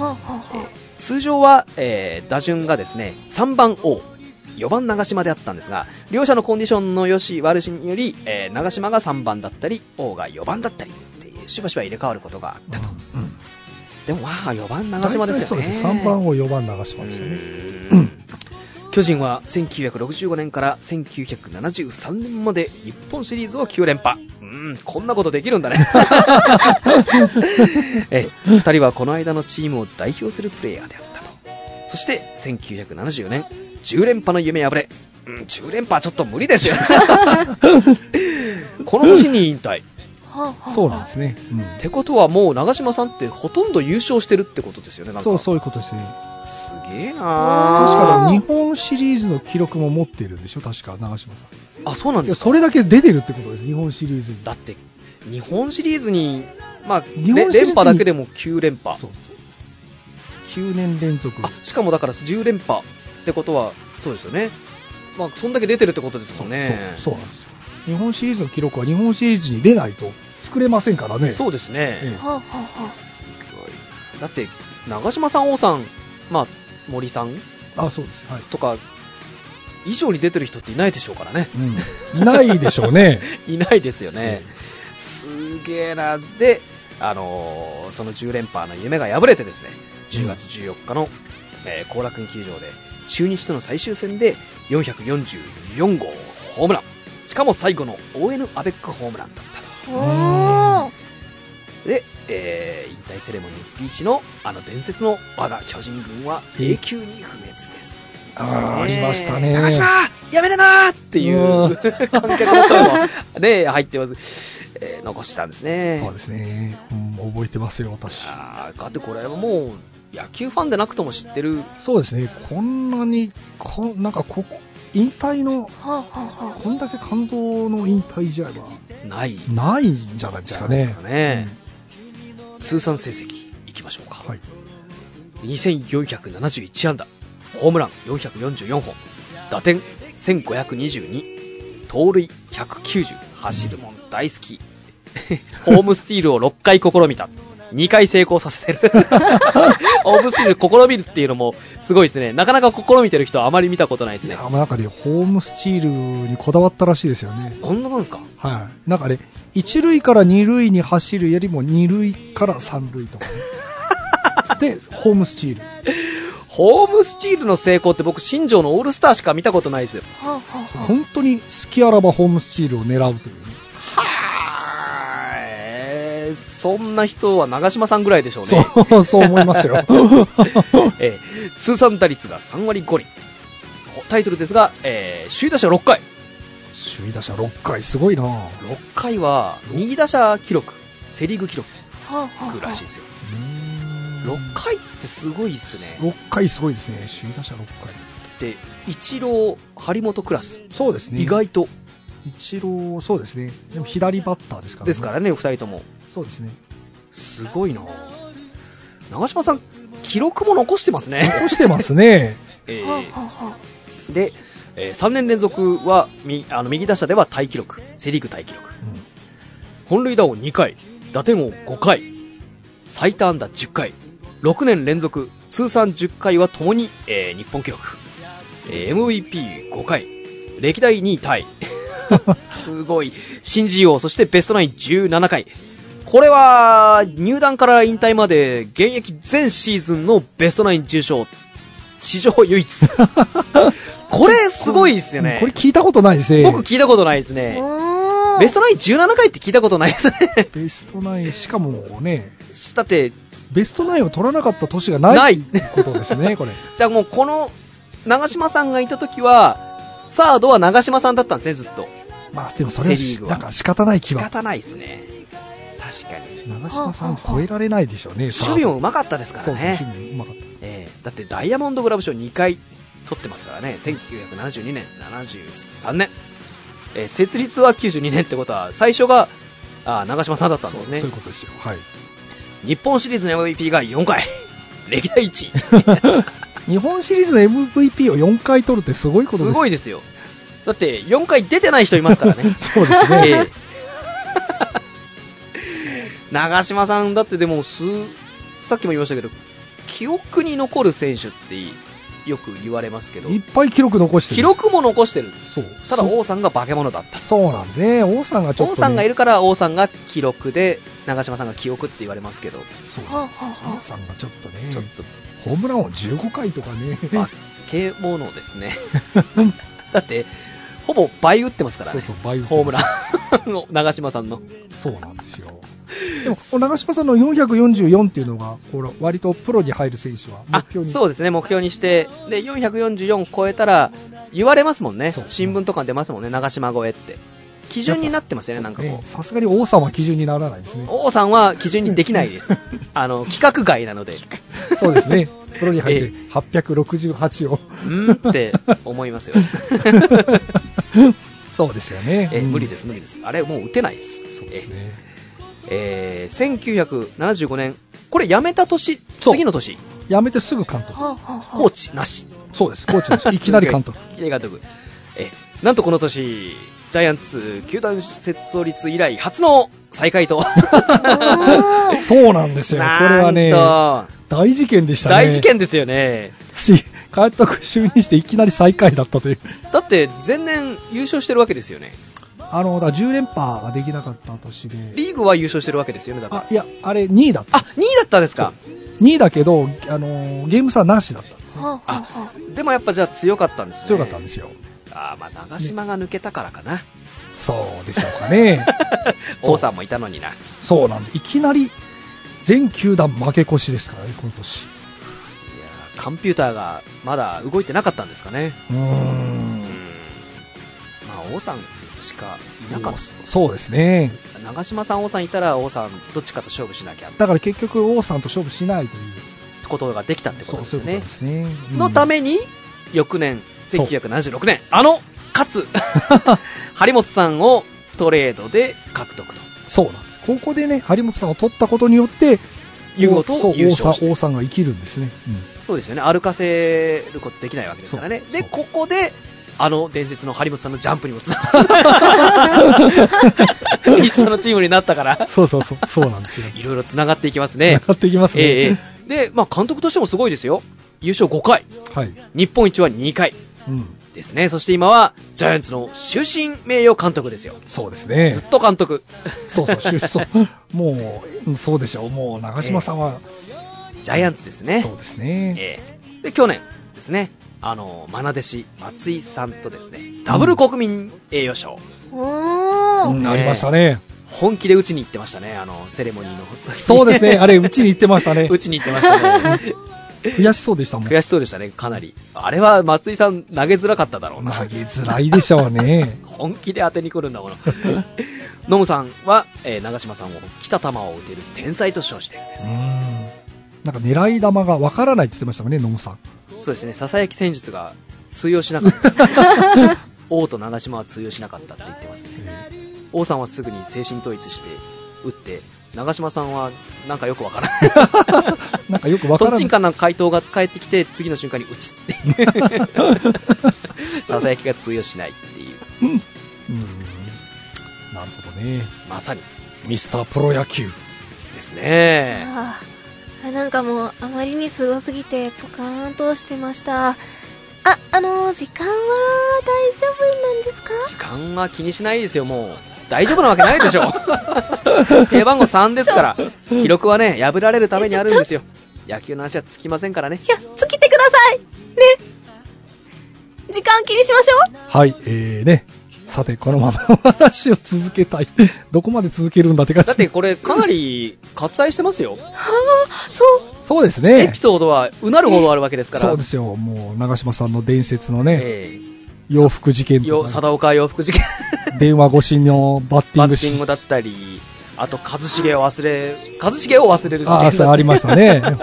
[SPEAKER 3] はあはあは
[SPEAKER 4] 通常は、えー打順がですね、3番 O、4番長島であったんですが、両者のコンディションの良し悪しにより、えー長島が3番だったり、O が4番だったりっていう、しばしば入れ替わることがあったと。
[SPEAKER 2] うん。
[SPEAKER 4] でもまあ、4番長島ですよね。
[SPEAKER 2] 大体そうです。3番を4番長嶋ですね。
[SPEAKER 4] うん巨人は1965年から1973年まで日本シリーズを9連覇。うん、こんなことできる
[SPEAKER 2] (laughs)
[SPEAKER 4] んだね。ええ、二人はこの間のチームを代表するプレイヤーであったと。そして、1974年、10連覇の夢破れ。うん、10連覇はちょっと無理
[SPEAKER 2] (laughs)
[SPEAKER 4] ですよ。この年に引退。っ
[SPEAKER 3] あ。はあはあ。
[SPEAKER 2] そうなんですね。
[SPEAKER 4] てことはもう長嶋さんってほとんど優勝してるってことですよね、
[SPEAKER 2] う。
[SPEAKER 4] なんんか。
[SPEAKER 2] そう、そういうことですね。
[SPEAKER 4] すげえ
[SPEAKER 3] あー
[SPEAKER 4] な
[SPEAKER 2] 確
[SPEAKER 4] ー
[SPEAKER 2] かに日本シリーズの記録も持っているんでしょ確か、長嶋さん。
[SPEAKER 4] あ、そうなん
[SPEAKER 2] い
[SPEAKER 4] で
[SPEAKER 2] や、
[SPEAKER 4] すか
[SPEAKER 2] それだけ出てるってことです。日本シリーズに。
[SPEAKER 4] だって、日本シリーズに、まあ、
[SPEAKER 2] 日本シリーズ
[SPEAKER 4] れ
[SPEAKER 2] に
[SPEAKER 4] 連覇だけでも9連覇。
[SPEAKER 2] そう。9年連続。
[SPEAKER 4] あ、しかもだから10連覇ってことは、そうですよね。まあ、そんだけ出てるってことですもんね。
[SPEAKER 2] そうそうなんですよ。日本シリーズの記録は日本シリーズに出ないと作れませんからね。
[SPEAKER 4] そうですね。
[SPEAKER 2] え
[SPEAKER 3] はあはあは
[SPEAKER 4] すごい。だって、長嶋さん、王さん、まあ、森さん
[SPEAKER 2] あ、そうです。はい。
[SPEAKER 4] とか、以上に出てる人っていないでしょうからね。
[SPEAKER 2] うん。いないでしょう
[SPEAKER 4] (laughs)
[SPEAKER 2] ね。
[SPEAKER 4] いないですよね。すげえな。で、あのーその10連覇の夢が破れてですね、10月14日の後、えー後楽園球場で、中日との最終戦で444号ホームラン。しかも最後の ON アベックホームランだったと。
[SPEAKER 3] あ。おー。
[SPEAKER 4] で、えー引退セレモニーのスピーチのあの伝説の我が巨人軍は永久に不滅です。
[SPEAKER 2] あー
[SPEAKER 4] です
[SPEAKER 2] ありましたね
[SPEAKER 4] 長島やめるなーっていうう
[SPEAKER 2] わ
[SPEAKER 4] 観客の声も、ね、入ってます、えー残したんですね。
[SPEAKER 2] そうですね。うん、覚えてますよ、私。
[SPEAKER 4] あーだってこれはもう野球ファンでなくとも知ってる、
[SPEAKER 2] そうですね。こんなに、こなんかここ、引退の、
[SPEAKER 3] はあはあはあ。
[SPEAKER 2] こんだけ感動の引退試合は
[SPEAKER 4] ない
[SPEAKER 2] ないんじゃないですかね。
[SPEAKER 4] じゃないですかね通算成績いきましょうか。
[SPEAKER 2] うんはい。
[SPEAKER 4] 2471安打、ホームラン444本、打点1522、盗塁190、走るもん大好き、 (laughs) ホームスチールを6回試みた。2回成功させてる。 (laughs) ホームスチール試みるっていうのもすごいですね。なかなか試みてる人はあまり見たことないです
[SPEAKER 2] い
[SPEAKER 4] ね
[SPEAKER 2] や。まあなんかね、ホームスチールにこだわったらしいですよね。
[SPEAKER 4] こんななんですか
[SPEAKER 2] はい。なんかね、一塁から二塁に走るよりも二塁から三塁とか (laughs) ね。で、ホームスチール。
[SPEAKER 4] ホームスチールの成功って僕、新庄のオールスターしか見たことないですよ。
[SPEAKER 3] はあはあは
[SPEAKER 2] 本当に隙あらばホームスチールを狙うというね。
[SPEAKER 4] はーい。そんな人は長嶋さんぐらいでしょうね。
[SPEAKER 2] そう、そう思います (laughs) よ。
[SPEAKER 4] (laughs) えー通算打率が3割5厘。ほタイトルですが、えー、首位打者6回。
[SPEAKER 2] 首位打者6回、すごいなぁ。
[SPEAKER 4] 6回は、右打者記録、セリーグ記録
[SPEAKER 3] あ。はあはあ。
[SPEAKER 4] らしいですよ。
[SPEAKER 2] うーん
[SPEAKER 4] 6回ってすごいっすね。
[SPEAKER 2] 6回すごいですね首位打者6回
[SPEAKER 4] で、一郎、張本クラス。
[SPEAKER 2] そうですね
[SPEAKER 4] 意外と。
[SPEAKER 2] 一郎そうですねでも左バッターですから、
[SPEAKER 4] ですからね、二人とも。
[SPEAKER 2] そうですね
[SPEAKER 4] すごいな長嶋さん、記録も残してますね。
[SPEAKER 2] 残してますね
[SPEAKER 4] (laughs) え
[SPEAKER 3] は
[SPEAKER 4] ー
[SPEAKER 3] あはあはあ
[SPEAKER 4] で、え3年連続はみあの右打者ではタイ記録セ・リーグタイ記録
[SPEAKER 2] うん
[SPEAKER 4] 本塁打を2回打点王5回最多安打10回6年連続通算10回はともに、えー日本記録、え MVP5 回歴代2位タイ
[SPEAKER 2] (laughs)
[SPEAKER 4] すごい新人王そしてベストナイン17回これは入団から引退まで現役全シーズンのベストナイン受賞史上
[SPEAKER 2] (laughs)
[SPEAKER 4] 唯一これすごいですよね
[SPEAKER 2] これ聞いたことないですね
[SPEAKER 4] 僕聞いたことないですね。
[SPEAKER 3] おー
[SPEAKER 4] ベストナイン17回って聞いたことないですね。
[SPEAKER 2] ベストナインしかもね
[SPEAKER 4] だって、
[SPEAKER 2] ベストナインを取らなかった年が
[SPEAKER 4] な
[SPEAKER 2] ない
[SPEAKER 4] い
[SPEAKER 2] っていうことですねこ
[SPEAKER 4] (laughs)
[SPEAKER 2] れ
[SPEAKER 4] じゃあもうこの、長嶋さんがいた時は、サードは長嶋さんだったんですね、ずっと。
[SPEAKER 2] まあでもそれは
[SPEAKER 4] セリー
[SPEAKER 2] し
[SPEAKER 4] グは
[SPEAKER 2] なんか仕方ない気
[SPEAKER 4] 仕
[SPEAKER 2] は
[SPEAKER 4] 方ないですね。確かに。
[SPEAKER 2] 長嶋さん超えられないでしょうね
[SPEAKER 4] 守備もうまかったですか
[SPEAKER 2] そう
[SPEAKER 4] ら
[SPEAKER 2] です
[SPEAKER 4] ね。
[SPEAKER 2] ねうまかった
[SPEAKER 4] ええだってダイヤモンドグラブ賞2回取ってますからね。1972年、73年。えー設立は92年ってことは、最初が、あー長嶋さんだったんですね。
[SPEAKER 2] そうそういうことですよはい
[SPEAKER 4] 日本シリーズの MVP が4回。
[SPEAKER 2] (laughs)
[SPEAKER 4] 歴代1位。
[SPEAKER 2] 日本シリーズの MVP を4回取るってすごいことですす。
[SPEAKER 4] ごいですよ。だって、4回出てない人いますからね
[SPEAKER 2] (laughs) そうですね
[SPEAKER 4] え (laughs) え長嶋さん、だってでも、す、さっきも言いましたけど、記憶に残る選手ってよく言われますけど
[SPEAKER 2] い、っぱい記録残してる
[SPEAKER 4] 記録も残してる。
[SPEAKER 2] そう
[SPEAKER 4] ただ、
[SPEAKER 2] そう
[SPEAKER 4] 王さんが化け物だった。
[SPEAKER 2] そうなんですね王さんがちょっと、ね、
[SPEAKER 4] 王さんがいるから、王さんが記録で、長嶋さんが記憶って言われますけど、
[SPEAKER 2] そう
[SPEAKER 3] はあはあはあ
[SPEAKER 2] 王さんがちょっとね
[SPEAKER 4] ちょっと、
[SPEAKER 2] ホームランを15回とかね
[SPEAKER 4] 化け物です
[SPEAKER 2] (laughs)
[SPEAKER 4] ね。だって、ほぼ倍打ってますから
[SPEAKER 2] そう
[SPEAKER 4] ね。
[SPEAKER 2] そうバイオ
[SPEAKER 4] ホームランの長嶋さんの。
[SPEAKER 2] そうなんですよ。でも、長嶋さんの444っていうのが、これ割とプロに入る選手は
[SPEAKER 4] あ
[SPEAKER 2] 目標に。
[SPEAKER 4] そうですね、目標にして、で444超えたら、言われますもんね
[SPEAKER 2] そう、
[SPEAKER 4] 新聞とかに出ますもんね、長島超えって、基準になってますよね、なんか
[SPEAKER 2] ね
[SPEAKER 4] こう、
[SPEAKER 2] さすがに王さんは基準にならないですね。
[SPEAKER 4] 王さんは基準にできない
[SPEAKER 2] (laughs)
[SPEAKER 4] です、あの企画外なので、
[SPEAKER 2] そうですね。プロに入っ
[SPEAKER 4] え
[SPEAKER 2] て868を。
[SPEAKER 4] うんって思いま
[SPEAKER 2] (laughs)
[SPEAKER 4] すよ、 (laughs)
[SPEAKER 2] そうですよね。
[SPEAKER 4] え
[SPEAKER 2] うん
[SPEAKER 4] 無理です、無理です、あれ、もう打てないです、
[SPEAKER 2] そうですね。
[SPEAKER 4] ええー1975年、これ、辞めた年、
[SPEAKER 2] そう
[SPEAKER 4] 次の年、
[SPEAKER 2] やめてすぐ監督。
[SPEAKER 3] はあはあはあ
[SPEAKER 4] コーチなし、
[SPEAKER 2] そう (laughs) です。コーチの
[SPEAKER 4] (laughs)
[SPEAKER 2] 人いきなり監督。
[SPEAKER 4] いきなり監督。え、なんとこの年、ジャイアンツ球団設立以来初の最下
[SPEAKER 2] (laughs)
[SPEAKER 4] 位と。
[SPEAKER 3] おー
[SPEAKER 2] そうなんですよ。これはね、
[SPEAKER 4] なんと
[SPEAKER 2] 大事件でしたね。
[SPEAKER 4] 大事件ですよね。
[SPEAKER 2] (laughs) し監督就任していきなり最下位だったという。
[SPEAKER 4] だって前年優勝してるわけですよね。
[SPEAKER 2] あの、だから10連覇ができなかった年で。
[SPEAKER 4] リーグは優勝してるわけですよね、だから。
[SPEAKER 2] あ、いや、あれ2位だった
[SPEAKER 4] あ、2位だったんですか。
[SPEAKER 2] 2位だけど、あのーゲーム差なしだったんですね。
[SPEAKER 3] はあはあはあ
[SPEAKER 4] でもやっぱじゃあ強かったんですね。
[SPEAKER 2] 強かったんですよ。
[SPEAKER 4] あーまあ長島が抜けたからか (laughs) な。
[SPEAKER 2] そうでしょうかね。そう
[SPEAKER 4] (laughs) 王さんもいたのにな。
[SPEAKER 2] そうなんです。いきなり、全球団負け越しですからね、この年。
[SPEAKER 4] いやーコンピューターがまだ動いてなかったんですかね。
[SPEAKER 2] うー。
[SPEAKER 4] うんまあ王さんしかいなかった。
[SPEAKER 2] そうですね。
[SPEAKER 4] 長嶋さん、王さんいたら王さんどっちかと勝負しなきゃって
[SPEAKER 2] だから結局、王さんと勝負しないという。
[SPEAKER 4] ことができたってこ
[SPEAKER 2] そう
[SPEAKER 4] とです
[SPEAKER 2] そう
[SPEAKER 4] よ
[SPEAKER 2] いうこと
[SPEAKER 4] ね
[SPEAKER 2] で。すね。うん
[SPEAKER 4] のために、翌年、
[SPEAKER 2] そう
[SPEAKER 4] 1976年、あの、 (laughs) 勝つ、張本さんをトレードで獲得と。
[SPEAKER 2] そうなんです。ここでね、張本さんを取ったことによって、
[SPEAKER 4] いうこと
[SPEAKER 2] そう
[SPEAKER 4] を優勝し
[SPEAKER 2] 王さ
[SPEAKER 4] て
[SPEAKER 2] ん王さんが生きるんですね。
[SPEAKER 4] そうですよね。歩かせることできないわけですからね
[SPEAKER 2] そう。
[SPEAKER 4] で、
[SPEAKER 2] そう
[SPEAKER 4] ここで、あの伝説の張本さんのジャンプにもつなが (laughs) る。一緒のチームになったから
[SPEAKER 2] うん、、そうそう
[SPEAKER 4] (laughs)
[SPEAKER 2] そう、そうなんですよ。
[SPEAKER 4] いろいろつながっていきます
[SPEAKER 2] 上
[SPEAKER 4] ね。
[SPEAKER 2] がっていきますね。
[SPEAKER 4] ええ (laughs) で、まあ監督としてもすごいですよ。優勝5回、
[SPEAKER 2] はい。
[SPEAKER 4] 日本一は2回。
[SPEAKER 2] うん。
[SPEAKER 4] ですね。そして今は、ジャイアンツの終身名誉監督ですよ。
[SPEAKER 2] そうですね。
[SPEAKER 4] ずっと監督。 (laughs)
[SPEAKER 2] そうそう、出走。もううん、そうでしょう。もう、長嶋さんは、
[SPEAKER 4] ジャイアンツですね。
[SPEAKER 2] そうですね。
[SPEAKER 4] ええで、去年ですね、あの、まな弟子、松井さんとですね、ダブル国民栄誉賞。
[SPEAKER 3] お
[SPEAKER 2] う
[SPEAKER 3] ー
[SPEAKER 2] んなりましたね。
[SPEAKER 4] 本気で打ちに行ってましたね、あの、セレモニーの。
[SPEAKER 2] そうです
[SPEAKER 4] (laughs)。
[SPEAKER 2] ね。あれ、うちに行ってましたね
[SPEAKER 4] 打ちに行ってましたね。
[SPEAKER 2] 悔しそうでしたもん。投
[SPEAKER 4] 悔しそうでしたね、かなり。あれは松井さん投げづらかっただろう
[SPEAKER 2] げ
[SPEAKER 4] な。。
[SPEAKER 2] づらいでしょうね
[SPEAKER 4] 本気で当てに来るんだもの。 (laughs) ノムさんは、えー長嶋さんを、来た球を打てる天才と称してるんですよ
[SPEAKER 2] うん。なんか狙い玉がわからないって言ってましたもんね、ノムさん。
[SPEAKER 4] そうですね、ささやき戦術が通用しなかった。 (laughs) 王と長島は通用しなかったって言ってますね。王さんはすぐに精神統一して打って、長島さんはなんかよくわからない。
[SPEAKER 2] なんかよくわから
[SPEAKER 4] とっ
[SPEAKER 2] な
[SPEAKER 4] ちん
[SPEAKER 2] い。
[SPEAKER 4] かんな回答が返ってきて、次の瞬間に打つって。 (laughs) ささやきが通用しないっていう。
[SPEAKER 2] うん。なるほどね。
[SPEAKER 4] まさに
[SPEAKER 2] ミスタープロ野球。
[SPEAKER 4] ですね。
[SPEAKER 3] ああなんかもうあまりにすごすぎてポカーンとしてましたああのー時間は大丈夫なんですか
[SPEAKER 4] 時間は気にしないですよ、もう。大丈夫なわけな
[SPEAKER 2] (laughs)
[SPEAKER 4] いでしょ。定番号3ですから、記録はね、破られるためにあるんですよ。野球の話はつきませんからね。
[SPEAKER 3] いや尽きてくださいね時間気にしましょう
[SPEAKER 2] はい、えーね。さて、このまま話を続けたい。 (laughs) どこまで続けるんだって感じ。
[SPEAKER 4] だってこれかなり割愛してますよ。
[SPEAKER 3] はあそう
[SPEAKER 2] そうです
[SPEAKER 4] エ
[SPEAKER 2] ね
[SPEAKER 4] ピ。ソードはうなるほどあるわけですから。
[SPEAKER 2] そうですよ。もう、長島さんの伝説のね、
[SPEAKER 4] ええ
[SPEAKER 2] 洋服事件と
[SPEAKER 4] よ、
[SPEAKER 2] か、
[SPEAKER 4] 貞岡洋服
[SPEAKER 2] (laughs)
[SPEAKER 4] 事件。
[SPEAKER 2] 電話越しのバッティ
[SPEAKER 4] バ
[SPEAKER 2] ング
[SPEAKER 4] ッティン
[SPEAKER 2] し
[SPEAKER 4] グ、だったり、あと、一茂を忘れ、一茂を忘れる事件
[SPEAKER 2] あ
[SPEAKER 4] だ
[SPEAKER 2] あ、そうありました
[SPEAKER 4] (laughs)
[SPEAKER 2] ね。
[SPEAKER 4] だったり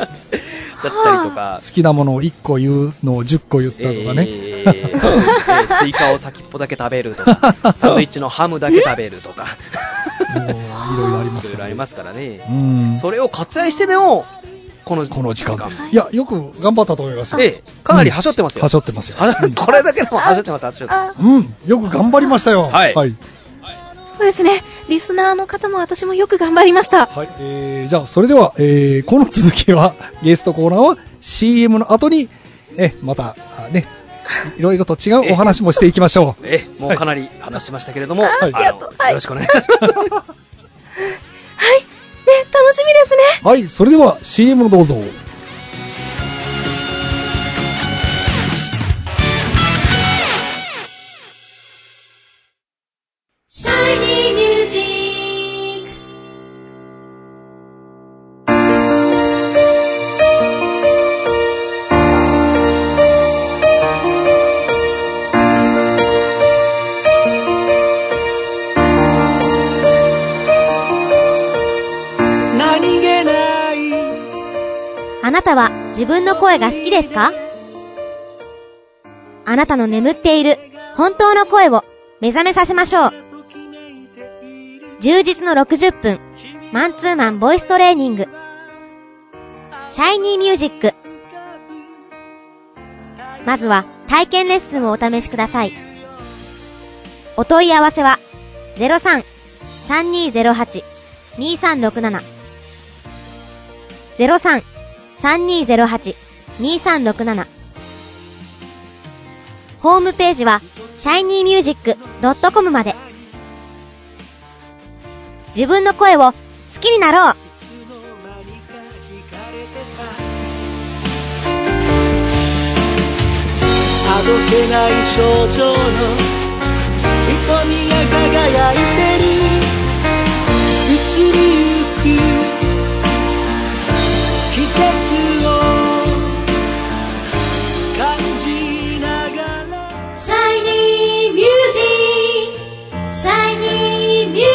[SPEAKER 4] とか
[SPEAKER 2] 好、きなものを1個言うのを10個言ったと
[SPEAKER 4] え
[SPEAKER 2] か
[SPEAKER 4] え
[SPEAKER 2] ね。
[SPEAKER 4] ええスイカを先っぽだけ食べるとか、サンドイッチのハムだけ食べるとか、
[SPEAKER 2] (laughs) もう、いろいろありま
[SPEAKER 4] い
[SPEAKER 2] す
[SPEAKER 4] ろい
[SPEAKER 2] か
[SPEAKER 4] ろ
[SPEAKER 2] ら
[SPEAKER 4] あり
[SPEAKER 2] ね。
[SPEAKER 4] ますからね。
[SPEAKER 2] うん。
[SPEAKER 4] それを割愛してでも、この、
[SPEAKER 2] この時間です。いや、よく頑張ったと思いますよ。
[SPEAKER 4] ええかなりはしょってますよ。
[SPEAKER 2] はしょってますよ。
[SPEAKER 4] はこれだけでもはしょってます、はしょってます
[SPEAKER 3] あ
[SPEAKER 2] うん、よく頑張りましたよ。
[SPEAKER 4] はい
[SPEAKER 2] はい。
[SPEAKER 3] そうですねリスナーの方も私もよく頑張りました
[SPEAKER 2] はい、えー、じゃあ、それでは、えー、この続きは、ゲストコーナーは CM の後に、え、また、あね、いろいろと違うお話もしていきましょう。
[SPEAKER 4] ええ、もうかなり話しましたけれども、
[SPEAKER 3] はいあありが
[SPEAKER 4] の
[SPEAKER 3] とう
[SPEAKER 4] よ
[SPEAKER 3] はい
[SPEAKER 4] ろしくお願いします。
[SPEAKER 3] はいね楽しみですね
[SPEAKER 2] はい、それでは CM をどうぞ。
[SPEAKER 5] あなたは自分の声が好きですかあなたの眠っている本当の声を目覚めさせましょう。充実の60分、マンツーマンボイストレーニング。シャイニーミュージック。まずは体験レッスンをお試しください。お問い合わせは03-3208-2367 03-3208-2367 3208-2367ホームページは shinymusic.com まで自分の声を好きになろう
[SPEAKER 6] あどけない症状の瞳が輝いてる移りゆく季節を感じながら
[SPEAKER 5] !Shiny Music! Shiny Music!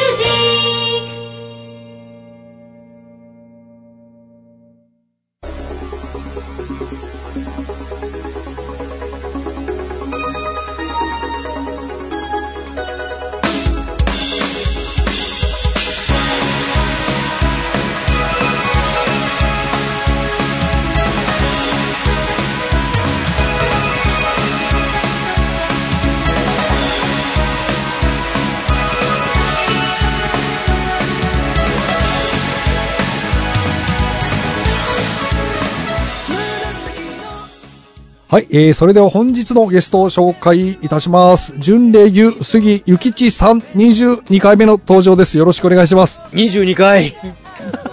[SPEAKER 2] はい、えー、それでは本日のゲストを紹介いたします。純礼牛杉ゆきちさん、22回目の登場です。よろしくお願いします。
[SPEAKER 4] 22回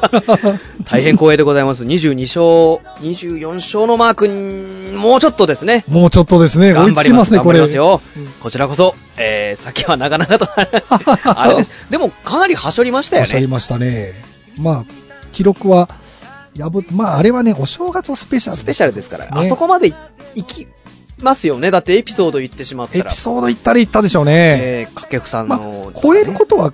[SPEAKER 2] (laughs)
[SPEAKER 4] 大変光栄でございます。22勝、24勝のマークに、もうちょっとですね。
[SPEAKER 2] もうちょっとですね、追
[SPEAKER 4] 頑
[SPEAKER 2] いつ
[SPEAKER 4] 張
[SPEAKER 2] き
[SPEAKER 4] りま
[SPEAKER 2] ますすね、
[SPEAKER 4] 頑張
[SPEAKER 2] こ
[SPEAKER 4] り
[SPEAKER 2] れ。
[SPEAKER 4] ますよ。こちらこそ、えー、さっきはなかな
[SPEAKER 2] (laughs)
[SPEAKER 4] かと、あれです。でも、かなりはしょりました
[SPEAKER 2] お
[SPEAKER 4] よ
[SPEAKER 2] っしゃり
[SPEAKER 4] ね。
[SPEAKER 2] ましたね。まあ、記録は、破っまあ、あれはね、お正月スペシャル、
[SPEAKER 4] スペシャルですから、
[SPEAKER 2] ね
[SPEAKER 4] あそこまで行きますよね。だってエピソード言ってしまった
[SPEAKER 2] エ
[SPEAKER 4] ら
[SPEAKER 2] ピ、ソード行ったり行ったでしょうね。
[SPEAKER 4] えー、掛布さん
[SPEAKER 2] まあ
[SPEAKER 4] の、、
[SPEAKER 2] 超えることは、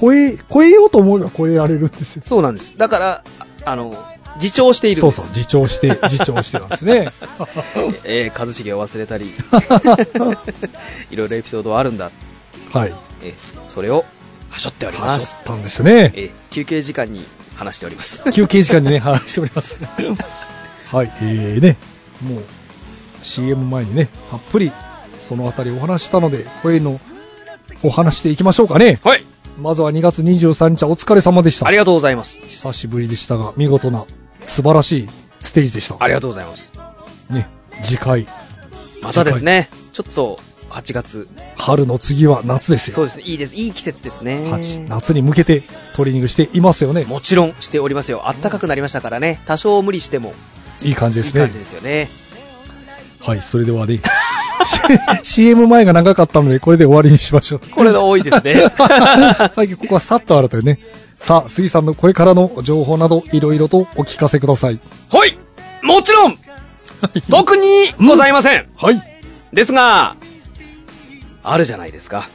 [SPEAKER 2] 超え、超えようと思えば超えられるんですよ。
[SPEAKER 4] そうなんです。だから、ああの、自重しているん
[SPEAKER 2] そう
[SPEAKER 4] です。
[SPEAKER 2] そう、自重して、自重してなんです
[SPEAKER 4] (laughs)
[SPEAKER 2] ね。
[SPEAKER 4] えー、一茂を忘
[SPEAKER 2] (laughs)
[SPEAKER 4] れたり、 (laughs) いろいろエピソードはあるんだ。
[SPEAKER 2] はい。
[SPEAKER 4] えーそれを、はしょっておりま
[SPEAKER 2] 話し
[SPEAKER 4] す。
[SPEAKER 2] たんですね。
[SPEAKER 4] えー休憩時間に話しており (laughs) ます。
[SPEAKER 2] 休憩時間にね、話しており
[SPEAKER 4] (laughs)
[SPEAKER 2] ます。はい、えーね、もう CM 前にね、たっぷりそのあたりお話ししたので、こういうのお話していきましょうかね。
[SPEAKER 4] はい。
[SPEAKER 2] まずは2月23日はお疲れ様でした
[SPEAKER 4] あ。りがとうございます。
[SPEAKER 2] 久しぶりでしたが、見事な、素晴らしいステージでした。
[SPEAKER 4] ありがとうございます。
[SPEAKER 2] ね、次回、
[SPEAKER 4] またですね、ちょっと、8月。
[SPEAKER 2] 春の次は夏ですよ。
[SPEAKER 4] そうですね、いいです。いい季節ですね。
[SPEAKER 2] 8夏に向けてトレーニングしていますよね。
[SPEAKER 4] もちろんしておりますよ。暖かくなりましたからね。多少無理しても
[SPEAKER 2] いい感じ
[SPEAKER 4] い
[SPEAKER 2] で
[SPEAKER 4] い
[SPEAKER 2] すね。
[SPEAKER 4] 感じですよね。
[SPEAKER 2] はい、それではね、CM 前が長かったので、これで終わりにしま
[SPEAKER 4] (laughs)
[SPEAKER 2] しょう。
[SPEAKER 4] これが多いですね。
[SPEAKER 2] (laughs) 最近ここはさっとあるというね。さあ、杉さんのこれからの情報など、いろいろとお聞かせくださ (laughs) い。
[SPEAKER 4] はいもちろん特にございません、
[SPEAKER 2] はい。
[SPEAKER 4] ですが、あるじゃないですか。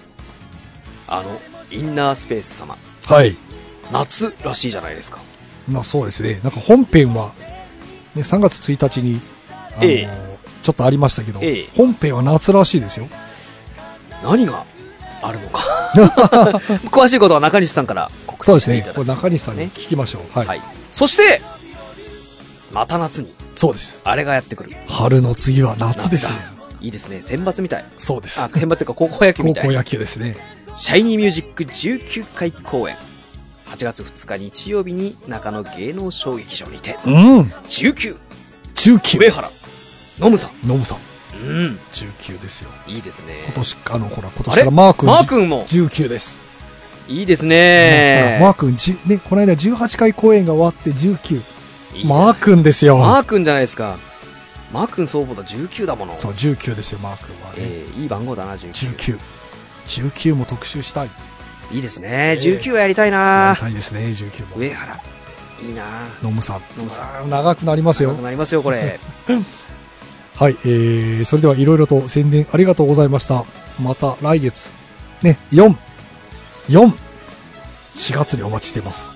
[SPEAKER 4] あの、インナースペース様。
[SPEAKER 2] はい。
[SPEAKER 4] 夏らしいじゃないですか。
[SPEAKER 2] まあそうですね。なんか本編は、ね、3月1日に、あのー
[SPEAKER 4] え
[SPEAKER 2] ちょっとありましたけど、
[SPEAKER 4] ええ
[SPEAKER 2] 本編は夏らしいですよ。
[SPEAKER 4] 何があるのか。 (laughs) 詳しいことは中西さんから告
[SPEAKER 2] そう
[SPEAKER 4] 知
[SPEAKER 2] です
[SPEAKER 4] して
[SPEAKER 2] ね
[SPEAKER 4] いた
[SPEAKER 2] これ
[SPEAKER 4] だ。きます
[SPEAKER 2] 中西さんに聞きましょう。はい。
[SPEAKER 4] はい。そして、また夏に、
[SPEAKER 2] そうです。
[SPEAKER 4] あれがやってくる。
[SPEAKER 2] 春の次は夏ですよ。
[SPEAKER 4] いいですね。選抜みたい。
[SPEAKER 2] そうです。
[SPEAKER 4] あ、
[SPEAKER 2] (laughs)
[SPEAKER 4] 選抜というか高校野
[SPEAKER 2] 高
[SPEAKER 4] 球みた
[SPEAKER 2] 校
[SPEAKER 4] い。
[SPEAKER 2] 野球ですね。
[SPEAKER 4] シャイニーミュージック19回公演。8月2日日曜日に中野芸能小劇場にて。
[SPEAKER 2] うん。
[SPEAKER 4] 19、
[SPEAKER 2] 中級。
[SPEAKER 4] 上原、ノムさん。
[SPEAKER 2] ノムさん、
[SPEAKER 4] うん、
[SPEAKER 2] 19ですよ。
[SPEAKER 4] いいですね。
[SPEAKER 2] 今年、あの、ほら、今年
[SPEAKER 4] あ
[SPEAKER 2] か
[SPEAKER 4] れ
[SPEAKER 2] らマー君。
[SPEAKER 4] マー君も。
[SPEAKER 2] 19です。
[SPEAKER 4] いいです
[SPEAKER 2] ほらマー
[SPEAKER 4] ね。
[SPEAKER 2] 君、じゅね、この間18回公演が終わって19。
[SPEAKER 4] いいね
[SPEAKER 2] マー君ですよ。
[SPEAKER 4] マー君じゃないですか。マー君そうだ19だもの。
[SPEAKER 2] そう、19ですよ、マー君はね。
[SPEAKER 4] えーいい番号だな、19。
[SPEAKER 2] 19。19も特集したい。
[SPEAKER 4] いいですね。
[SPEAKER 2] ええ
[SPEAKER 4] 19はやりたい
[SPEAKER 2] や
[SPEAKER 4] な
[SPEAKER 2] り。たいですね、19も。
[SPEAKER 4] 上原、いいな。
[SPEAKER 2] ノムさん。
[SPEAKER 4] ノムさん
[SPEAKER 2] あー長くなります
[SPEAKER 4] 強
[SPEAKER 2] よ
[SPEAKER 4] く。なりますよ、
[SPEAKER 2] (laughs)
[SPEAKER 4] これ。
[SPEAKER 2] はい、えー、それではいろいろと宣伝ありがとうございました。また来月、ね、4、4、4月にお待ちしています。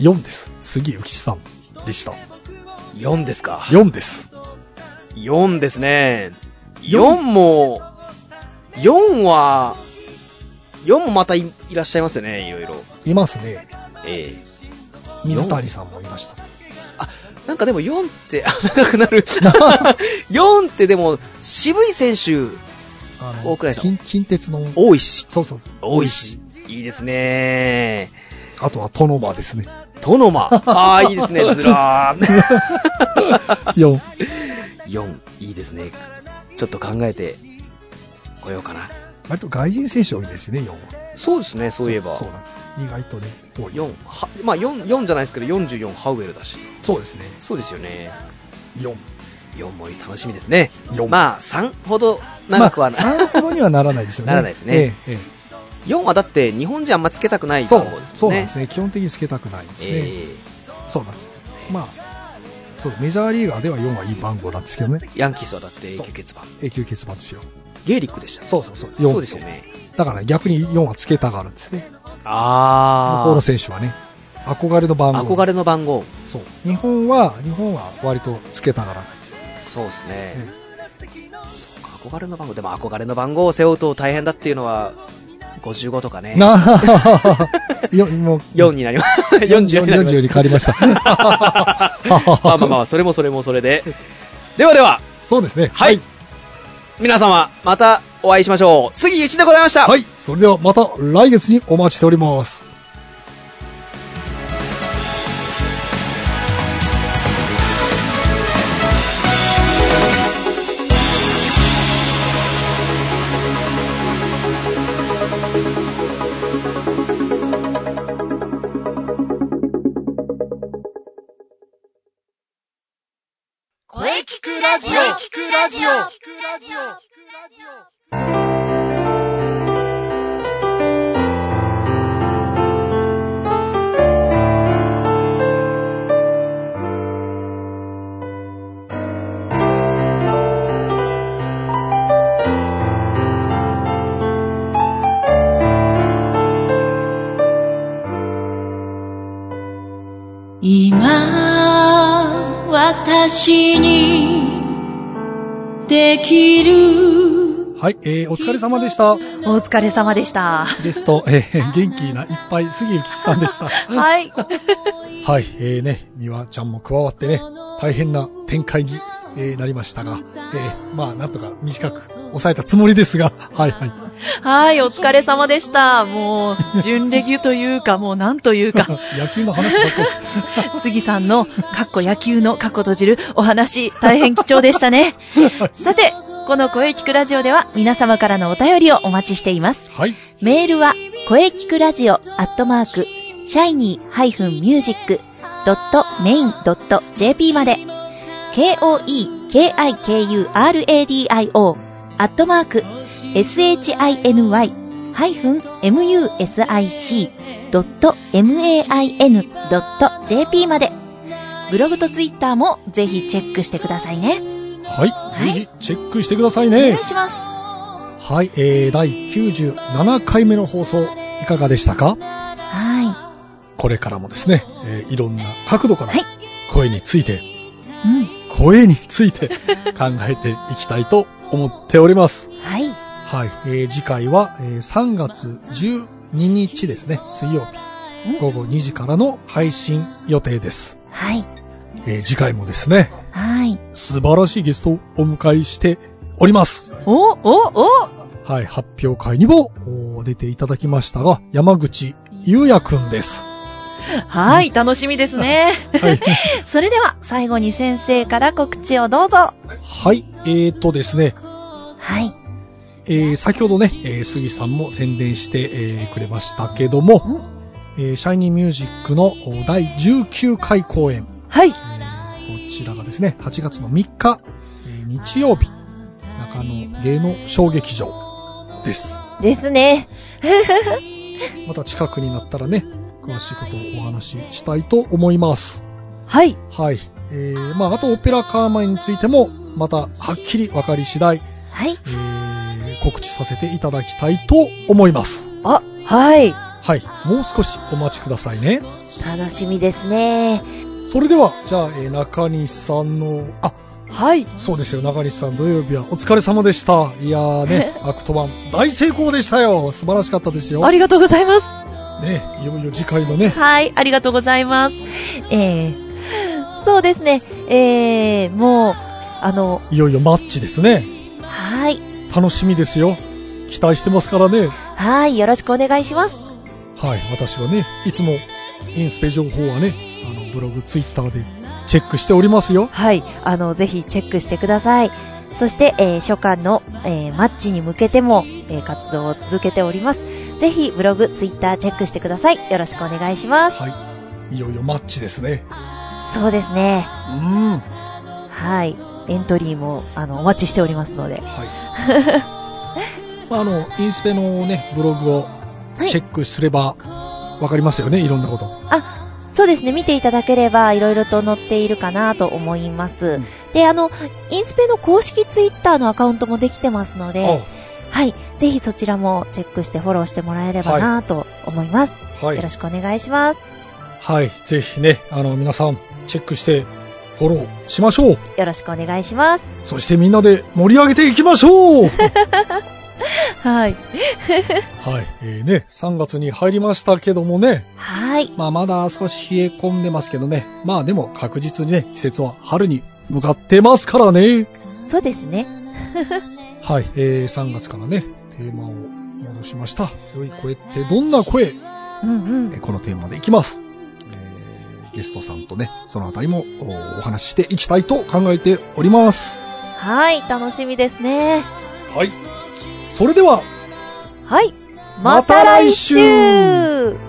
[SPEAKER 2] 4です。杉浮さんでした。
[SPEAKER 4] 4ですか。
[SPEAKER 2] 4です。
[SPEAKER 4] 4ですね。4も、4は、4もまたいいらっしゃいますよね、いろいろ。
[SPEAKER 2] いますね。
[SPEAKER 4] ええ
[SPEAKER 2] 水谷さんもいました。
[SPEAKER 4] あ、なんかでも4って、あ長く
[SPEAKER 2] (laughs)
[SPEAKER 4] なる。4ってでも、渋い選手、
[SPEAKER 2] あ
[SPEAKER 4] 大倉さん
[SPEAKER 2] 近近鉄の、
[SPEAKER 4] 多いし。
[SPEAKER 2] そうそうそう。
[SPEAKER 4] 多いし。いいですね。
[SPEAKER 2] あとはトノマですね。
[SPEAKER 4] トノ
[SPEAKER 2] (laughs)
[SPEAKER 4] マ。ああ、いいですね。ずらーん。
[SPEAKER 2] 4。
[SPEAKER 4] (laughs) 4、いいですね。ちょっと考えて、こようかな。
[SPEAKER 2] 割と外人選手多いですよね、4は。
[SPEAKER 4] そうですね、そういえば
[SPEAKER 2] そう。なんです。意外とね、多いです
[SPEAKER 4] 4、はまあ4、4じゃないですけど、44ハウエルだし。
[SPEAKER 2] そうですね。
[SPEAKER 4] そうですよね。
[SPEAKER 2] 4。
[SPEAKER 4] 4も楽しみですね。
[SPEAKER 2] 4
[SPEAKER 4] まあ、3ほど長くはな、
[SPEAKER 2] まあ、3ほど
[SPEAKER 4] (laughs)
[SPEAKER 2] にはならないですよね。
[SPEAKER 4] ならないですね
[SPEAKER 2] ええええ
[SPEAKER 4] 4はだって日本人あんまつけたくない
[SPEAKER 2] そ
[SPEAKER 4] 番
[SPEAKER 2] う
[SPEAKER 4] 号ですもんね。
[SPEAKER 2] そうなんですね、基本的につけたくないんですね、
[SPEAKER 4] え
[SPEAKER 2] そうなんです、まあそう、メジャーリーガーでは4はいい番号なんですけどね、
[SPEAKER 4] えヤンキースはだって永久欠番。
[SPEAKER 2] 永久欠番ですよ、
[SPEAKER 4] ゲーリックでした。
[SPEAKER 2] そうそうそう、
[SPEAKER 4] そうですよね。
[SPEAKER 2] だから逆に4はつけたがるんですね、向こう
[SPEAKER 4] あ
[SPEAKER 2] の選手はね、憧れの番
[SPEAKER 4] あ。
[SPEAKER 2] 号、
[SPEAKER 4] 憧れの番号。
[SPEAKER 2] そう日本は、日本は割とつけたがらないです、
[SPEAKER 4] そうですね。
[SPEAKER 2] うん
[SPEAKER 4] そうか、憧れの番号。でも憧れの番号を背負うと大変だっていうのは、55とかね。
[SPEAKER 2] なあ (laughs) よもう
[SPEAKER 4] 4になります。40にな
[SPEAKER 2] (laughs)
[SPEAKER 4] り (laughs) ます。
[SPEAKER 2] 40に変わりました
[SPEAKER 4] まあまあまあ、それもそれもそれで。ではでは、
[SPEAKER 2] そうですね、
[SPEAKER 4] はい。皆様、またお会いしましょう。杉一でございました。
[SPEAKER 2] はい、それではまた来月にお待ちしております。
[SPEAKER 1] 声聞くラジオ聞くラジオ
[SPEAKER 7] 今
[SPEAKER 8] 私にできる
[SPEAKER 2] はい、えー、お疲れ様でした。
[SPEAKER 3] お疲れ様でした。
[SPEAKER 2] ゲスト、えー、元気ないっぱい、杉内さんでした。は (laughs)
[SPEAKER 9] はい。
[SPEAKER 2] い、えー、ね、美和ちゃんも加わってね、大変な展開に、えーなりましたが、えー、まあ、なんとか短く抑えたつもりですが、はいはい。
[SPEAKER 3] はい、お疲れ様でした。もう、準レギュというか、もうなんという
[SPEAKER 2] (laughs)
[SPEAKER 3] か、
[SPEAKER 2] 野球の話ばっかりです。
[SPEAKER 3] 杉さんの、かっこ野球のかっこ閉じるお話、大変貴重でした
[SPEAKER 2] (laughs)
[SPEAKER 3] ね。さて、この声聞くラジオでは皆様からのお便りをお待ちしています。
[SPEAKER 2] はい、
[SPEAKER 3] メールは、声聞くラジオアットマーク、シャイニー -music.main.jp まで、k-o-e-k-i-k-u-r-a-d-i-o アットマーク、shiny-music.main.jp まで、ブログとツイッターもぜひチェックしてくださいね。
[SPEAKER 2] はい、
[SPEAKER 3] い
[SPEAKER 2] ぜひチェックしてください
[SPEAKER 3] お
[SPEAKER 2] ね
[SPEAKER 3] 願い。します。
[SPEAKER 2] はい、えー、第97回目の放送、いかがでしたか
[SPEAKER 3] は
[SPEAKER 2] これからもですね、えーいろんな角度から
[SPEAKER 3] はい、
[SPEAKER 2] 声について、
[SPEAKER 3] い。うん。
[SPEAKER 2] 声につ
[SPEAKER 3] (laughs)
[SPEAKER 2] いて考えていきたいと思っております。
[SPEAKER 3] はい。
[SPEAKER 2] はい、えー次回は、えー3月12日ですね、水曜日、午後2時からの配信予定です。
[SPEAKER 3] はい。
[SPEAKER 2] えー次回もですね、
[SPEAKER 3] はい。
[SPEAKER 2] 素晴らしいゲストをお迎えしております。
[SPEAKER 3] お、お、お
[SPEAKER 2] はい、発表会にもおー出ていただきましたが、山口優也くんです。
[SPEAKER 3] はい、楽しみですね。
[SPEAKER 2] はい。
[SPEAKER 3] それでは、最後に先生から告知をどうぞ。
[SPEAKER 2] はい、えーとですね、
[SPEAKER 3] はい。
[SPEAKER 2] えー先ほどね、えー杉さんも宣伝して、えーくれましたけども、えーシャイニーミュージックのお第19回公演、
[SPEAKER 3] はい
[SPEAKER 2] え。ーこちらがですね、8月の3日、えー日曜日、中野芸能小劇場です。
[SPEAKER 3] ですね。
[SPEAKER 2] また近くになったらね、詳しいことをお話ししたいと思います。
[SPEAKER 3] はい。
[SPEAKER 2] はい。えー、まあ、あとオペラカーマンについても、またはっきり分かり次第、
[SPEAKER 3] はい。
[SPEAKER 2] えー、告知させていただきたいと思います。
[SPEAKER 3] あ、はい。
[SPEAKER 2] はい。もう少しお待ちくださいね。
[SPEAKER 3] 楽しみですね。
[SPEAKER 2] それでは、じゃあ、えー中西さんの、あ、
[SPEAKER 3] はい。
[SPEAKER 2] そうですよ、中西さん土曜日はお疲れ様でした。いや
[SPEAKER 3] (laughs)
[SPEAKER 2] ーね、アクト版大成功でしたよ。素晴らしかったですよ。
[SPEAKER 3] ありがとうございます。
[SPEAKER 2] ね、いよいよ次回のね、
[SPEAKER 3] はい、ありがとうございます。えー、そうですね。えー、もう、あの、
[SPEAKER 2] いよいよマッチですね。
[SPEAKER 3] はい。
[SPEAKER 2] 楽しみですよ。期待してますからね。
[SPEAKER 3] はい、よろしくお願いします。
[SPEAKER 2] はい、私はね、いつもインスペ情報はね、あのブログ、ツイッターでチェックしておりますよ。
[SPEAKER 3] はい、あの、ぜひチェックしてください。そして、えー初夏の、えーマッチに向けても、えー活動を続けております。ぜひ、ブログ、ツイッターチェックしてください。よろしくお願いします。
[SPEAKER 2] はい、いよいよマッチですね。
[SPEAKER 3] そうですね。
[SPEAKER 2] うん。は
[SPEAKER 3] はい。エントリーも、あの、お待ちしておりますので。
[SPEAKER 2] い。 (laughs) まあ、あの、インスペのね、ブログを
[SPEAKER 3] はい
[SPEAKER 2] チェックすれば、わかりますよね、いろんなこと。
[SPEAKER 3] あ、そうですね。見ていただければ、いろいろと載っているかなと思います。
[SPEAKER 2] ん
[SPEAKER 3] で、あの、インスペの公式ツイッターのアカウントもできてますので、はい。ぜひそちらもチェックしてフォローしてもらえればなと思います。
[SPEAKER 2] あは
[SPEAKER 3] よろ
[SPEAKER 2] い。
[SPEAKER 3] しくお願いします。
[SPEAKER 2] はい、ぜひね、あの、皆さん、チェックして、フォローしましょう。
[SPEAKER 3] よろしくお願いします。
[SPEAKER 2] そしてみんなで盛り上げていきましょ (laughs) う
[SPEAKER 3] はい。
[SPEAKER 2] はい、えーね、3月に入りましたけどもね、
[SPEAKER 3] はい。
[SPEAKER 2] まあまだ少し冷え込んでますけどね。まあでも確実にね、季節は春に向かってますからね。
[SPEAKER 3] そうですね。
[SPEAKER 2] はい、えー、3月からね、テーマを戻しました。良い声ってどんな声
[SPEAKER 3] うんう
[SPEAKER 2] えー
[SPEAKER 3] ん。
[SPEAKER 2] このテーマでいきます。えーゲストさんとね、そのあたりもおお話ししていきたいと考えております。
[SPEAKER 3] はい。楽しみですね。
[SPEAKER 2] はい。それでは、
[SPEAKER 3] はい。
[SPEAKER 2] また来週
[SPEAKER 3] また来週